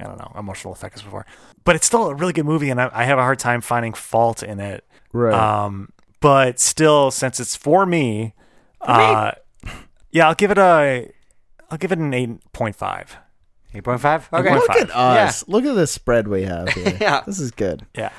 Speaker 2: I don't know, emotional effect as before. But it's still a really good movie, and I, I have a hard time finding fault in it.
Speaker 3: Right.
Speaker 1: Uh,
Speaker 2: Um, but still, since it's for me, uh, yeah, I'll give it a, I'll give it an eight point five.
Speaker 1: Eight point five. Okay.
Speaker 3: Look
Speaker 2: 8.5.
Speaker 3: at us. Look at the spread we have here.
Speaker 1: Yeah.
Speaker 3: This is good.
Speaker 2: Yeah.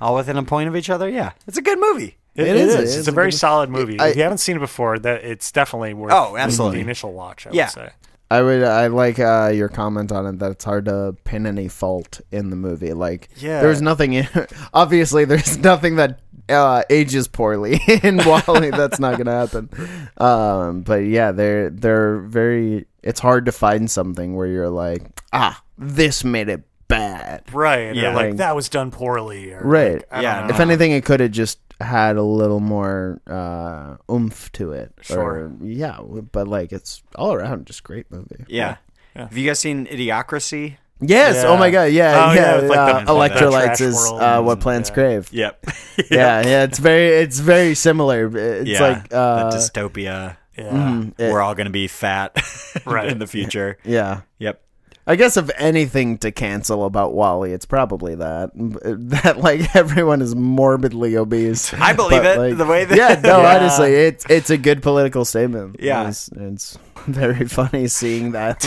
Speaker 1: All within a point of each other. Yeah, it's a good movie.
Speaker 3: It is, it
Speaker 2: It's,
Speaker 3: is
Speaker 2: a
Speaker 3: a
Speaker 2: very
Speaker 3: good-
Speaker 2: solid movie.
Speaker 3: I-
Speaker 2: if you haven't seen it before, that it's definitely worth.
Speaker 1: Oh, absolutely.
Speaker 2: The initial watch, I
Speaker 1: Yeah.
Speaker 2: would say.
Speaker 3: I would. I like uh, your comment on it that it's hard to pin any fault in the movie. Like,
Speaker 2: Yeah.
Speaker 3: there's nothing. In, obviously, there's nothing that uh, ages poorly in Wally. That's not gonna happen. Um, but yeah, they're they're very. It's hard to find something where you're like, ah, this made it bad.
Speaker 2: Right.
Speaker 1: Yeah.
Speaker 2: Or like that was done poorly. Or,
Speaker 3: Right.
Speaker 2: I don't
Speaker 1: Yeah,
Speaker 2: know.
Speaker 1: no.
Speaker 3: If anything, it could have just had a little more uh, oomph to it.
Speaker 2: Sure.
Speaker 3: Or, yeah, w- but like it's all around just great movie.
Speaker 1: Yeah. Have you guys seen Idiocracy?
Speaker 3: Yes.
Speaker 2: Yeah.
Speaker 3: Oh my god. Yeah.
Speaker 2: Oh, yeah,
Speaker 3: yeah.
Speaker 2: with, like,
Speaker 3: uh,
Speaker 2: the-
Speaker 3: electrolytes
Speaker 2: the
Speaker 3: is
Speaker 2: trash
Speaker 3: uh, what
Speaker 2: worlds
Speaker 3: plants
Speaker 2: and-
Speaker 3: crave.
Speaker 1: Yep.
Speaker 3: Yeah. Yeah. It's very. It's very similar. It's
Speaker 1: yeah.
Speaker 3: like. Uh, Mm,
Speaker 1: the dystopia.
Speaker 2: Yeah.
Speaker 3: it-
Speaker 1: We're all gonna be fat
Speaker 2: Right.
Speaker 1: in the future.
Speaker 3: yeah.
Speaker 1: Yep.
Speaker 3: I guess if anything to cancel about Wally, it's probably that that like everyone is morbidly obese.
Speaker 1: I believe
Speaker 3: But,
Speaker 1: it,
Speaker 3: like-
Speaker 1: the way that-
Speaker 3: yeah, no,
Speaker 2: Yeah.
Speaker 3: honestly, it's it's a good political statement.
Speaker 1: Yeah.
Speaker 3: it's, it's very funny seeing that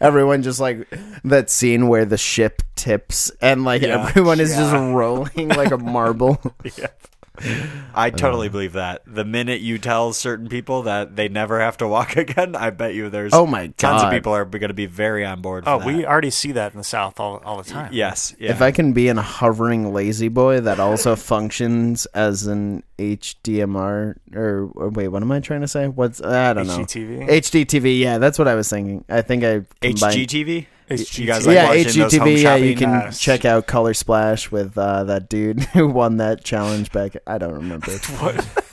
Speaker 3: everyone just like that scene where the ship tips and like
Speaker 1: Yeah.
Speaker 3: everyone is just rolling like a marble. Uh,
Speaker 1: I totally believe that. The minute you tell certain people that they never have to walk again, I bet you there's
Speaker 3: Oh my
Speaker 1: tons of
Speaker 3: God.
Speaker 1: people are going to be very on board. For
Speaker 2: Oh,
Speaker 1: that.
Speaker 2: we already see that in the South all, all the time.
Speaker 1: yes, yeah.
Speaker 3: If I can be in a hovering lazy boy that also functions as an HDMR or, or wait, what am I trying to say? What's I don't know.
Speaker 2: HGTV?
Speaker 3: HDTV. Yeah, that's what I was thinking. I think I combined
Speaker 1: HGTV.
Speaker 2: HGTV.
Speaker 1: you guys like
Speaker 3: yeah,
Speaker 1: watching those home
Speaker 3: HGTV. Yeah, you
Speaker 1: shopping,
Speaker 3: can
Speaker 2: uh,
Speaker 3: check out Color Splash with uh, that dude who won that challenge back. I don't remember.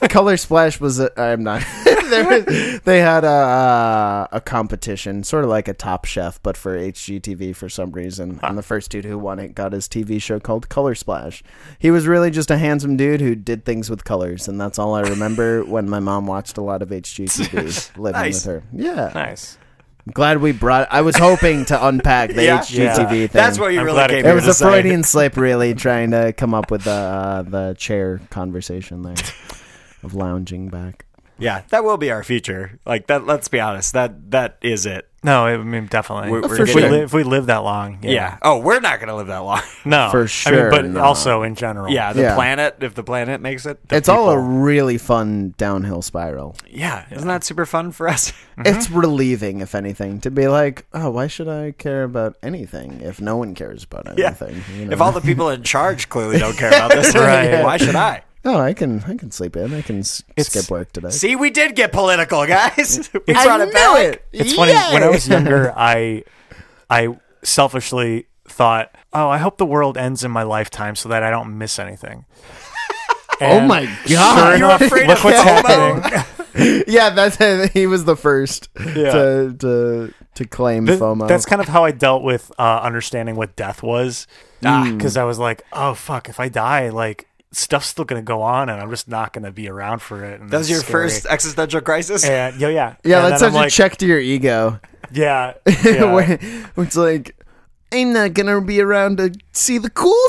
Speaker 3: Color Splash was. A, I'm not. there was- they had a uh, a competition, sort of like a Top Chef, but for HGTV for some reason. And the first dude who won it got his TV show called Color Splash. He was really just a handsome dude who did things with colors, and that's all I remember when my mom watched a lot of HGTV living
Speaker 1: Nice.
Speaker 3: with her. Yeah,
Speaker 2: nice.
Speaker 3: I'm glad we brought. I was hoping to unpack the
Speaker 1: Yeah.
Speaker 3: HGTV thing.
Speaker 1: That's what you
Speaker 2: I'm
Speaker 1: really
Speaker 2: glad it
Speaker 1: came
Speaker 2: came
Speaker 3: It
Speaker 1: here
Speaker 3: was
Speaker 1: to
Speaker 3: a
Speaker 1: say.
Speaker 3: Freudian slip, really, trying to come up with the uh, the chair conversation there of lounging back.
Speaker 1: Yeah, that will be our future. Like that. Let's be honest. That that is it.
Speaker 2: No, I mean definitely.
Speaker 3: Oh,
Speaker 1: We're- we're
Speaker 2: if, we
Speaker 3: getting-
Speaker 2: live, if we live that long, yeah.
Speaker 1: Yeah. Oh, we're not gonna live that long.
Speaker 2: No,
Speaker 3: For
Speaker 2: I mean,
Speaker 3: sure
Speaker 2: but
Speaker 3: not.
Speaker 2: also in general,
Speaker 1: yeah. The
Speaker 3: Yeah.
Speaker 1: planet. If the planet makes it. the
Speaker 3: it's all a
Speaker 1: people-
Speaker 3: really fun downhill spiral.
Speaker 1: Yeah. Isn't that super fun for us?
Speaker 3: It's relieving, if anything, to be like, oh, why should I care about anything if no one cares about
Speaker 1: Yeah.
Speaker 3: anything? You know?
Speaker 1: If all the people in charge clearly don't care about this,
Speaker 2: Right.
Speaker 1: why should I?
Speaker 3: oh, I can I can sleep in. I can s- skip work today.
Speaker 1: See, we did get political, guys. We brought
Speaker 3: I
Speaker 1: it back.
Speaker 3: knew it.
Speaker 2: It's funny when I
Speaker 3: Yay!
Speaker 2: was younger, I I selfishly thought, "Oh, I hope the world ends in my lifetime so that I don't miss anything."
Speaker 3: Oh
Speaker 2: And
Speaker 3: my
Speaker 2: Sure
Speaker 3: god!
Speaker 1: You're
Speaker 2: enough,
Speaker 1: afraid
Speaker 2: look
Speaker 1: of
Speaker 2: what's
Speaker 1: FOMO?
Speaker 2: happening.
Speaker 3: yeah, that's he was the first to to to claim
Speaker 2: Th-
Speaker 3: FOMO.
Speaker 2: That's kind of how I dealt with uh, understanding what death was,
Speaker 1: Ah.
Speaker 3: Hmm.
Speaker 2: because I was like, "Oh fuck, if I die, like stuff's still gonna go on, and I'm just not gonna be around for it." And
Speaker 1: That was
Speaker 2: that's
Speaker 1: your
Speaker 2: scary.
Speaker 1: first existential crisis.
Speaker 2: And, yeah, yeah,
Speaker 3: yeah,
Speaker 2: And
Speaker 3: that's
Speaker 2: then I'm
Speaker 3: such a
Speaker 2: like,
Speaker 3: check to your ego.
Speaker 2: Yeah, yeah.
Speaker 3: where, where it's like I'm not gonna be around to see the cool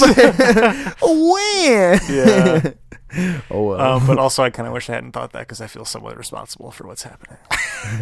Speaker 3: when?
Speaker 2: Yeah.
Speaker 3: Oh well.
Speaker 2: Um, but also, I kind of wish I hadn't thought that because I feel somewhat responsible for what's happening.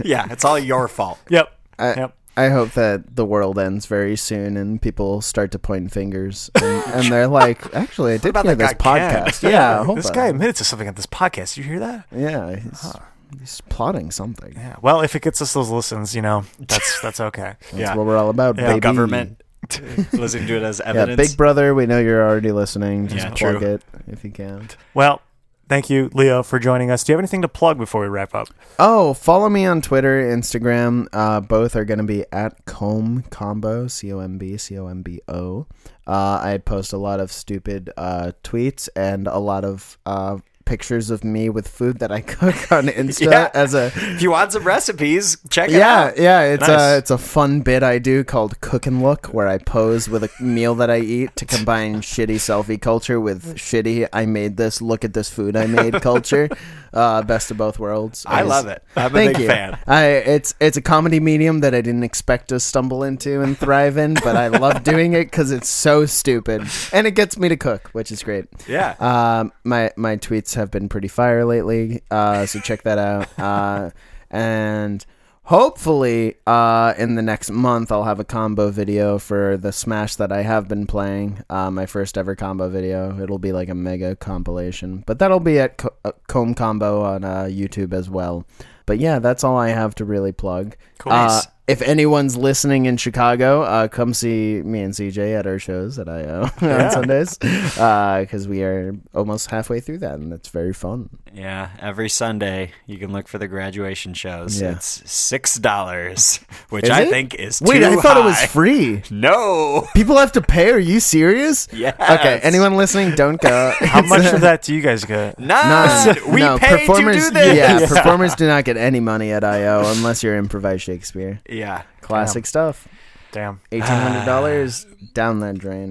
Speaker 1: yeah, it's all your fault.
Speaker 2: Yep.
Speaker 3: I,
Speaker 2: yep.
Speaker 3: I hope that the world ends very soon and people start to point fingers and, and they're like, actually, I did
Speaker 1: about
Speaker 3: hear
Speaker 1: that
Speaker 3: this
Speaker 1: guy Ken?
Speaker 3: podcast. Yeah, hold
Speaker 2: This
Speaker 3: on.
Speaker 2: guy admitted to something at this podcast. You hear that?
Speaker 3: Yeah, he's, he's plotting something.
Speaker 2: Yeah. Well, if it gets us those listens, you know, that's that's okay.
Speaker 1: yeah,
Speaker 3: That's what we're all about,
Speaker 2: Yeah,
Speaker 1: the
Speaker 3: baby.
Speaker 1: government listening to it as
Speaker 3: Yeah,
Speaker 1: evidence.
Speaker 3: Big Brother, we know you're already listening. Just
Speaker 1: Yeah,
Speaker 3: plug
Speaker 1: true.
Speaker 3: it if you can.
Speaker 2: Well, thank you, Leo, for joining us. Do you have anything to plug before we wrap up?
Speaker 3: Oh, follow me on Twitter, Instagram. Uh, both are going to be at Comb Combo, C O M B, C O M B O. Uh, I post a lot of stupid uh, tweets and a lot of uh, pictures of me with food that I cook on Insta
Speaker 1: Yeah.
Speaker 3: as a.
Speaker 1: if you want some recipes, check it
Speaker 3: Yeah,
Speaker 1: out.
Speaker 3: yeah, it's
Speaker 2: Nice.
Speaker 3: a it's a fun bit I do called Cook and Look, where I pose with a meal that I eat to combine shitty selfie culture with shitty I made this, look at this food I made culture. Uh, best of both worlds.
Speaker 1: I love it. I'm a
Speaker 3: Thank
Speaker 1: big
Speaker 3: you.
Speaker 1: fan.
Speaker 3: I it's it's a comedy medium that I didn't expect to stumble into and thrive in, but I love doing it because it's so stupid and it gets me to cook, which is great.
Speaker 1: Yeah.
Speaker 3: Um, my my tweets have been pretty fire lately, uh, so check that out. Uh, and hopefully, uh, in the next month, I'll have a combo video for the Smash that I have been playing. Uh, my first ever combo video. It'll be like a mega compilation, but that'll be at Co- uh, Comb Combo on uh, YouTube as well. But yeah, that's all I have to really plug.
Speaker 2: Cool.
Speaker 3: Uh,
Speaker 2: Nice.
Speaker 3: if anyone's listening in Chicago, uh, come see me and CJ at our shows at IO on Sundays because we are almost halfway through that and it's very fun.
Speaker 1: Yeah, every Sunday you can look for the graduation shows.
Speaker 3: Yeah.
Speaker 1: It's six dollars, which
Speaker 3: Is
Speaker 1: I
Speaker 3: it?
Speaker 1: think is
Speaker 3: Wait,
Speaker 1: too
Speaker 3: I thought it was
Speaker 1: high.
Speaker 3: free.
Speaker 1: no.
Speaker 3: People have to pay. Are you serious?
Speaker 1: Yes.
Speaker 3: Okay. Anyone listening, don't go. uh,
Speaker 2: How much of that do you guys get?
Speaker 1: None. Uh, We
Speaker 3: no,
Speaker 1: paid
Speaker 3: performers,
Speaker 1: to do this.
Speaker 3: Yeah, performers do not get any money at IO unless you're improvised Shakespeare.
Speaker 1: Yeah.
Speaker 3: Classic stuff.
Speaker 2: Damn.
Speaker 3: Eighteen hundred dollars down that drain.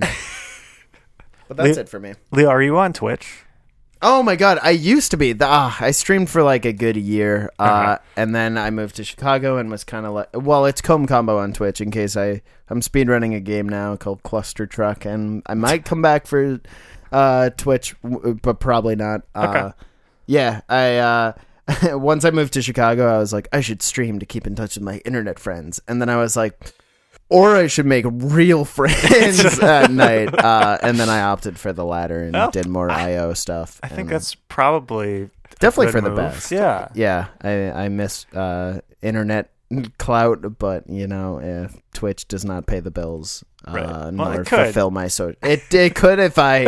Speaker 3: But that's
Speaker 2: Le-
Speaker 3: it for me.
Speaker 2: Leo, are you on Twitch?
Speaker 3: Oh my god, I used to be. The, ah, I streamed for like a good year, uh,
Speaker 2: Uh-huh.
Speaker 3: and then I moved to Chicago and was kind of like, well, it's Comb Combo on Twitch. In case I, I'm speedrunning a game now called Cluster Truck, and I might come back for uh, Twitch, w- but probably not. Uh, Yeah, I. Uh, once I moved to Chicago, I was like, I should stream to keep in touch with my internet friends, and then I was like. Or I should make real friends at night, uh, and then I opted for the latter and
Speaker 2: Well,
Speaker 3: did more IO stuff.
Speaker 2: I think
Speaker 3: and-
Speaker 2: that's probably
Speaker 3: Definitely
Speaker 2: good
Speaker 3: for the
Speaker 2: move.
Speaker 3: best.
Speaker 2: Yeah.
Speaker 3: yeah. I I miss uh, internet clout, but you know, if Twitch does not pay the bills, uh,
Speaker 2: Right. Well,
Speaker 3: nor
Speaker 2: it could.
Speaker 3: fulfill my so it it could if I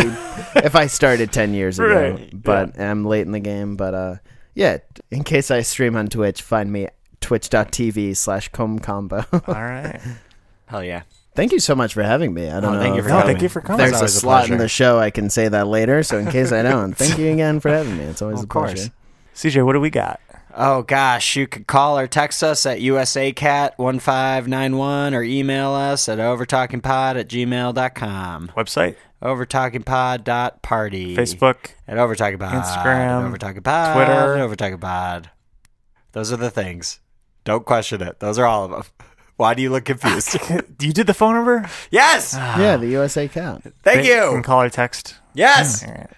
Speaker 3: if I started ten years ago,
Speaker 2: Right,
Speaker 3: but I'm late in the game. But uh, yeah, in case I stream on Twitch, find me twitch.tv slash comcombo.
Speaker 2: All right.
Speaker 1: Hell yeah.
Speaker 3: Thank you so much for having me. I don't know.
Speaker 1: thank you
Speaker 3: if
Speaker 1: for
Speaker 2: No,
Speaker 1: coming.
Speaker 2: Oh, thank you for coming.
Speaker 3: There's
Speaker 2: It's
Speaker 3: a
Speaker 2: always
Speaker 3: slot in
Speaker 2: pleasure.
Speaker 3: the show. I can say that later. So in case I don't, thank you again for having me. It's always a
Speaker 1: Of course.
Speaker 3: pleasure.
Speaker 2: CJ, what do we got?
Speaker 1: Oh gosh, you could call or text us at USACat1591 or email us at overtalkingpod at gmail.com.
Speaker 2: Website,
Speaker 1: Overtalkingpod.party.
Speaker 2: Facebook.
Speaker 1: At Overtalkingpod.
Speaker 2: Instagram,
Speaker 1: At Overtalkingpod.
Speaker 2: Twitter.
Speaker 1: At Overtalkingpod. Those are the things. Don't question it. Those are all of them. Why do you look confused?
Speaker 2: You did the phone number?
Speaker 1: yes!
Speaker 3: Yeah, the USA count.
Speaker 1: Thank
Speaker 2: Can
Speaker 1: you!
Speaker 2: call or text.
Speaker 1: Yes!
Speaker 2: All right.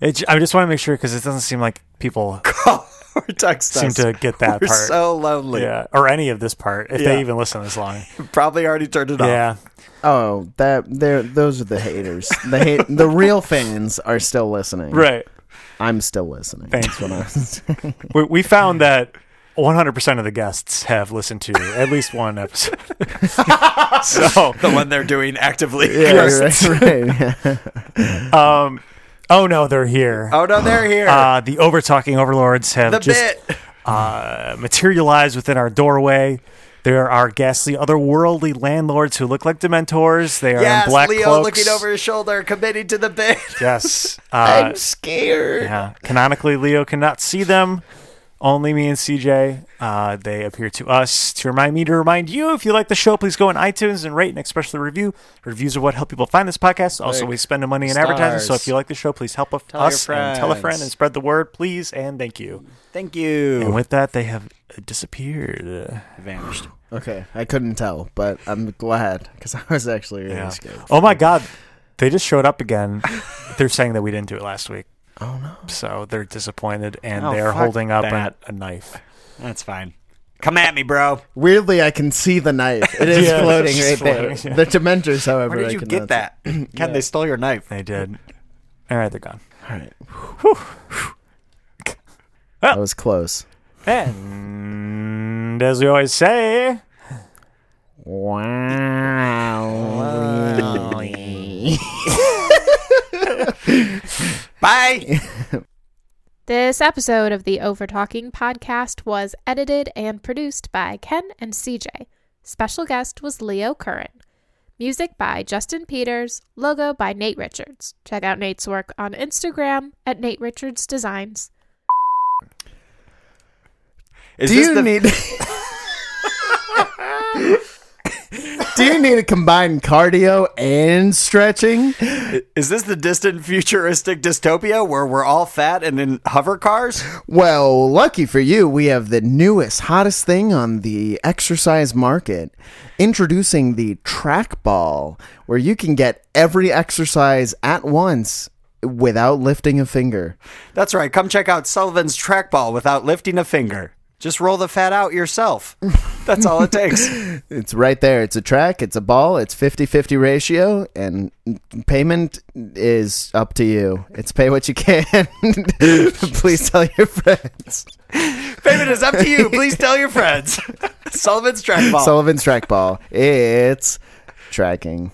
Speaker 2: It, j- I just want to make sure because it doesn't seem like people
Speaker 1: Call or text
Speaker 2: seem
Speaker 1: us.
Speaker 2: to get that
Speaker 1: We're
Speaker 2: part.
Speaker 1: so lonely.
Speaker 2: yeah, or any of this part if
Speaker 1: Yeah.
Speaker 2: they even listen this long.
Speaker 1: Probably already turned it off.
Speaker 2: yeah,
Speaker 3: Oh, that there. Those are the haters. The hate, the real fans are still listening.
Speaker 2: right.
Speaker 3: I'm still listening.
Speaker 2: Thanks.
Speaker 3: That's what I was.
Speaker 2: We, we found that 100% of the guests have listened to at least one episode. so,
Speaker 1: The one they're doing actively.
Speaker 3: yeah, right, right, yeah.
Speaker 2: um, oh no, they're here.
Speaker 1: Oh no, they're here.
Speaker 2: Uh, the over talking overlords have
Speaker 1: the
Speaker 2: just
Speaker 1: bit.
Speaker 2: uh, materialized within our doorway. There are ghastly, otherworldly landlords who look like Dementors. They are
Speaker 1: Yes,
Speaker 2: in black
Speaker 1: Leo
Speaker 2: cloaks.
Speaker 1: looking over his shoulder, committing to the bit.
Speaker 2: Yes,
Speaker 3: I'm
Speaker 2: uh,
Speaker 3: scared.
Speaker 2: yeah. Canonically, Leo cannot see them. Only me and CJ. Uh, they appear to us to remind me to remind you. If you like the show, please go on iTunes and rate and especially review. Reviews are what help people find this podcast. Also, we spend no money in advertising, so
Speaker 1: stars.
Speaker 2: if you like the show, please help
Speaker 1: your
Speaker 2: us and tell a friend
Speaker 1: friends.
Speaker 2: and spread the word, please and thank you.
Speaker 1: Thank you.
Speaker 2: And with that, they have uh, disappeared. Uh,
Speaker 1: vanished.
Speaker 3: Okay, I couldn't tell, but I'm glad because I was actually really scared.
Speaker 2: Oh my god, they just showed up again. they're saying that we didn't do it last week.
Speaker 3: Oh no.
Speaker 2: So they're disappointed and
Speaker 1: Oh,
Speaker 2: they are
Speaker 1: fuck
Speaker 2: holding up
Speaker 1: that.
Speaker 2: a, a knife.
Speaker 1: That's fine. Come at me, bro.
Speaker 3: Weirdly, I can see the knife. It is
Speaker 2: Yeah, it's
Speaker 3: floating
Speaker 2: just
Speaker 3: right
Speaker 2: floating,
Speaker 3: there.
Speaker 2: yeah.
Speaker 3: The Dementors, however,
Speaker 1: Where did
Speaker 3: I
Speaker 1: you
Speaker 3: cannot
Speaker 1: get that? Ken, they stole your knife.
Speaker 2: They did. All right, they're gone.
Speaker 3: see. All right. That was close.
Speaker 2: And as we always say,
Speaker 3: Wow.
Speaker 1: Bye.
Speaker 5: This episode of the Over Talking podcast was edited and produced by Ken and CJ. Special guest was Leo Curran. Music by Justin Peters, logo by Nate Richards. Check out Nate's work on Instagram at Nate Richards Designs.
Speaker 1: Is
Speaker 3: Do
Speaker 1: this
Speaker 3: you
Speaker 1: the-
Speaker 3: need? Do you need to combine cardio and stretching?
Speaker 1: Is this the distant futuristic dystopia where we're all fat and in hover cars?
Speaker 3: Well, lucky for you, we have the newest, hottest thing on the exercise market. Introducing the trackball, where you can get every exercise at once without lifting a finger.
Speaker 1: That's right. Come check out Sullivan's trackball without lifting a finger. Just roll the fat out yourself. That's all it takes.
Speaker 3: It's right there. It's a track, it's a ball, it's 50 50 ratio, and payment is up to you. It's pay what you can. Please tell your friends.
Speaker 1: Payment is up to you. Please tell your friends. Sullivan's trackball.
Speaker 3: Sullivan's trackball. It's tracking.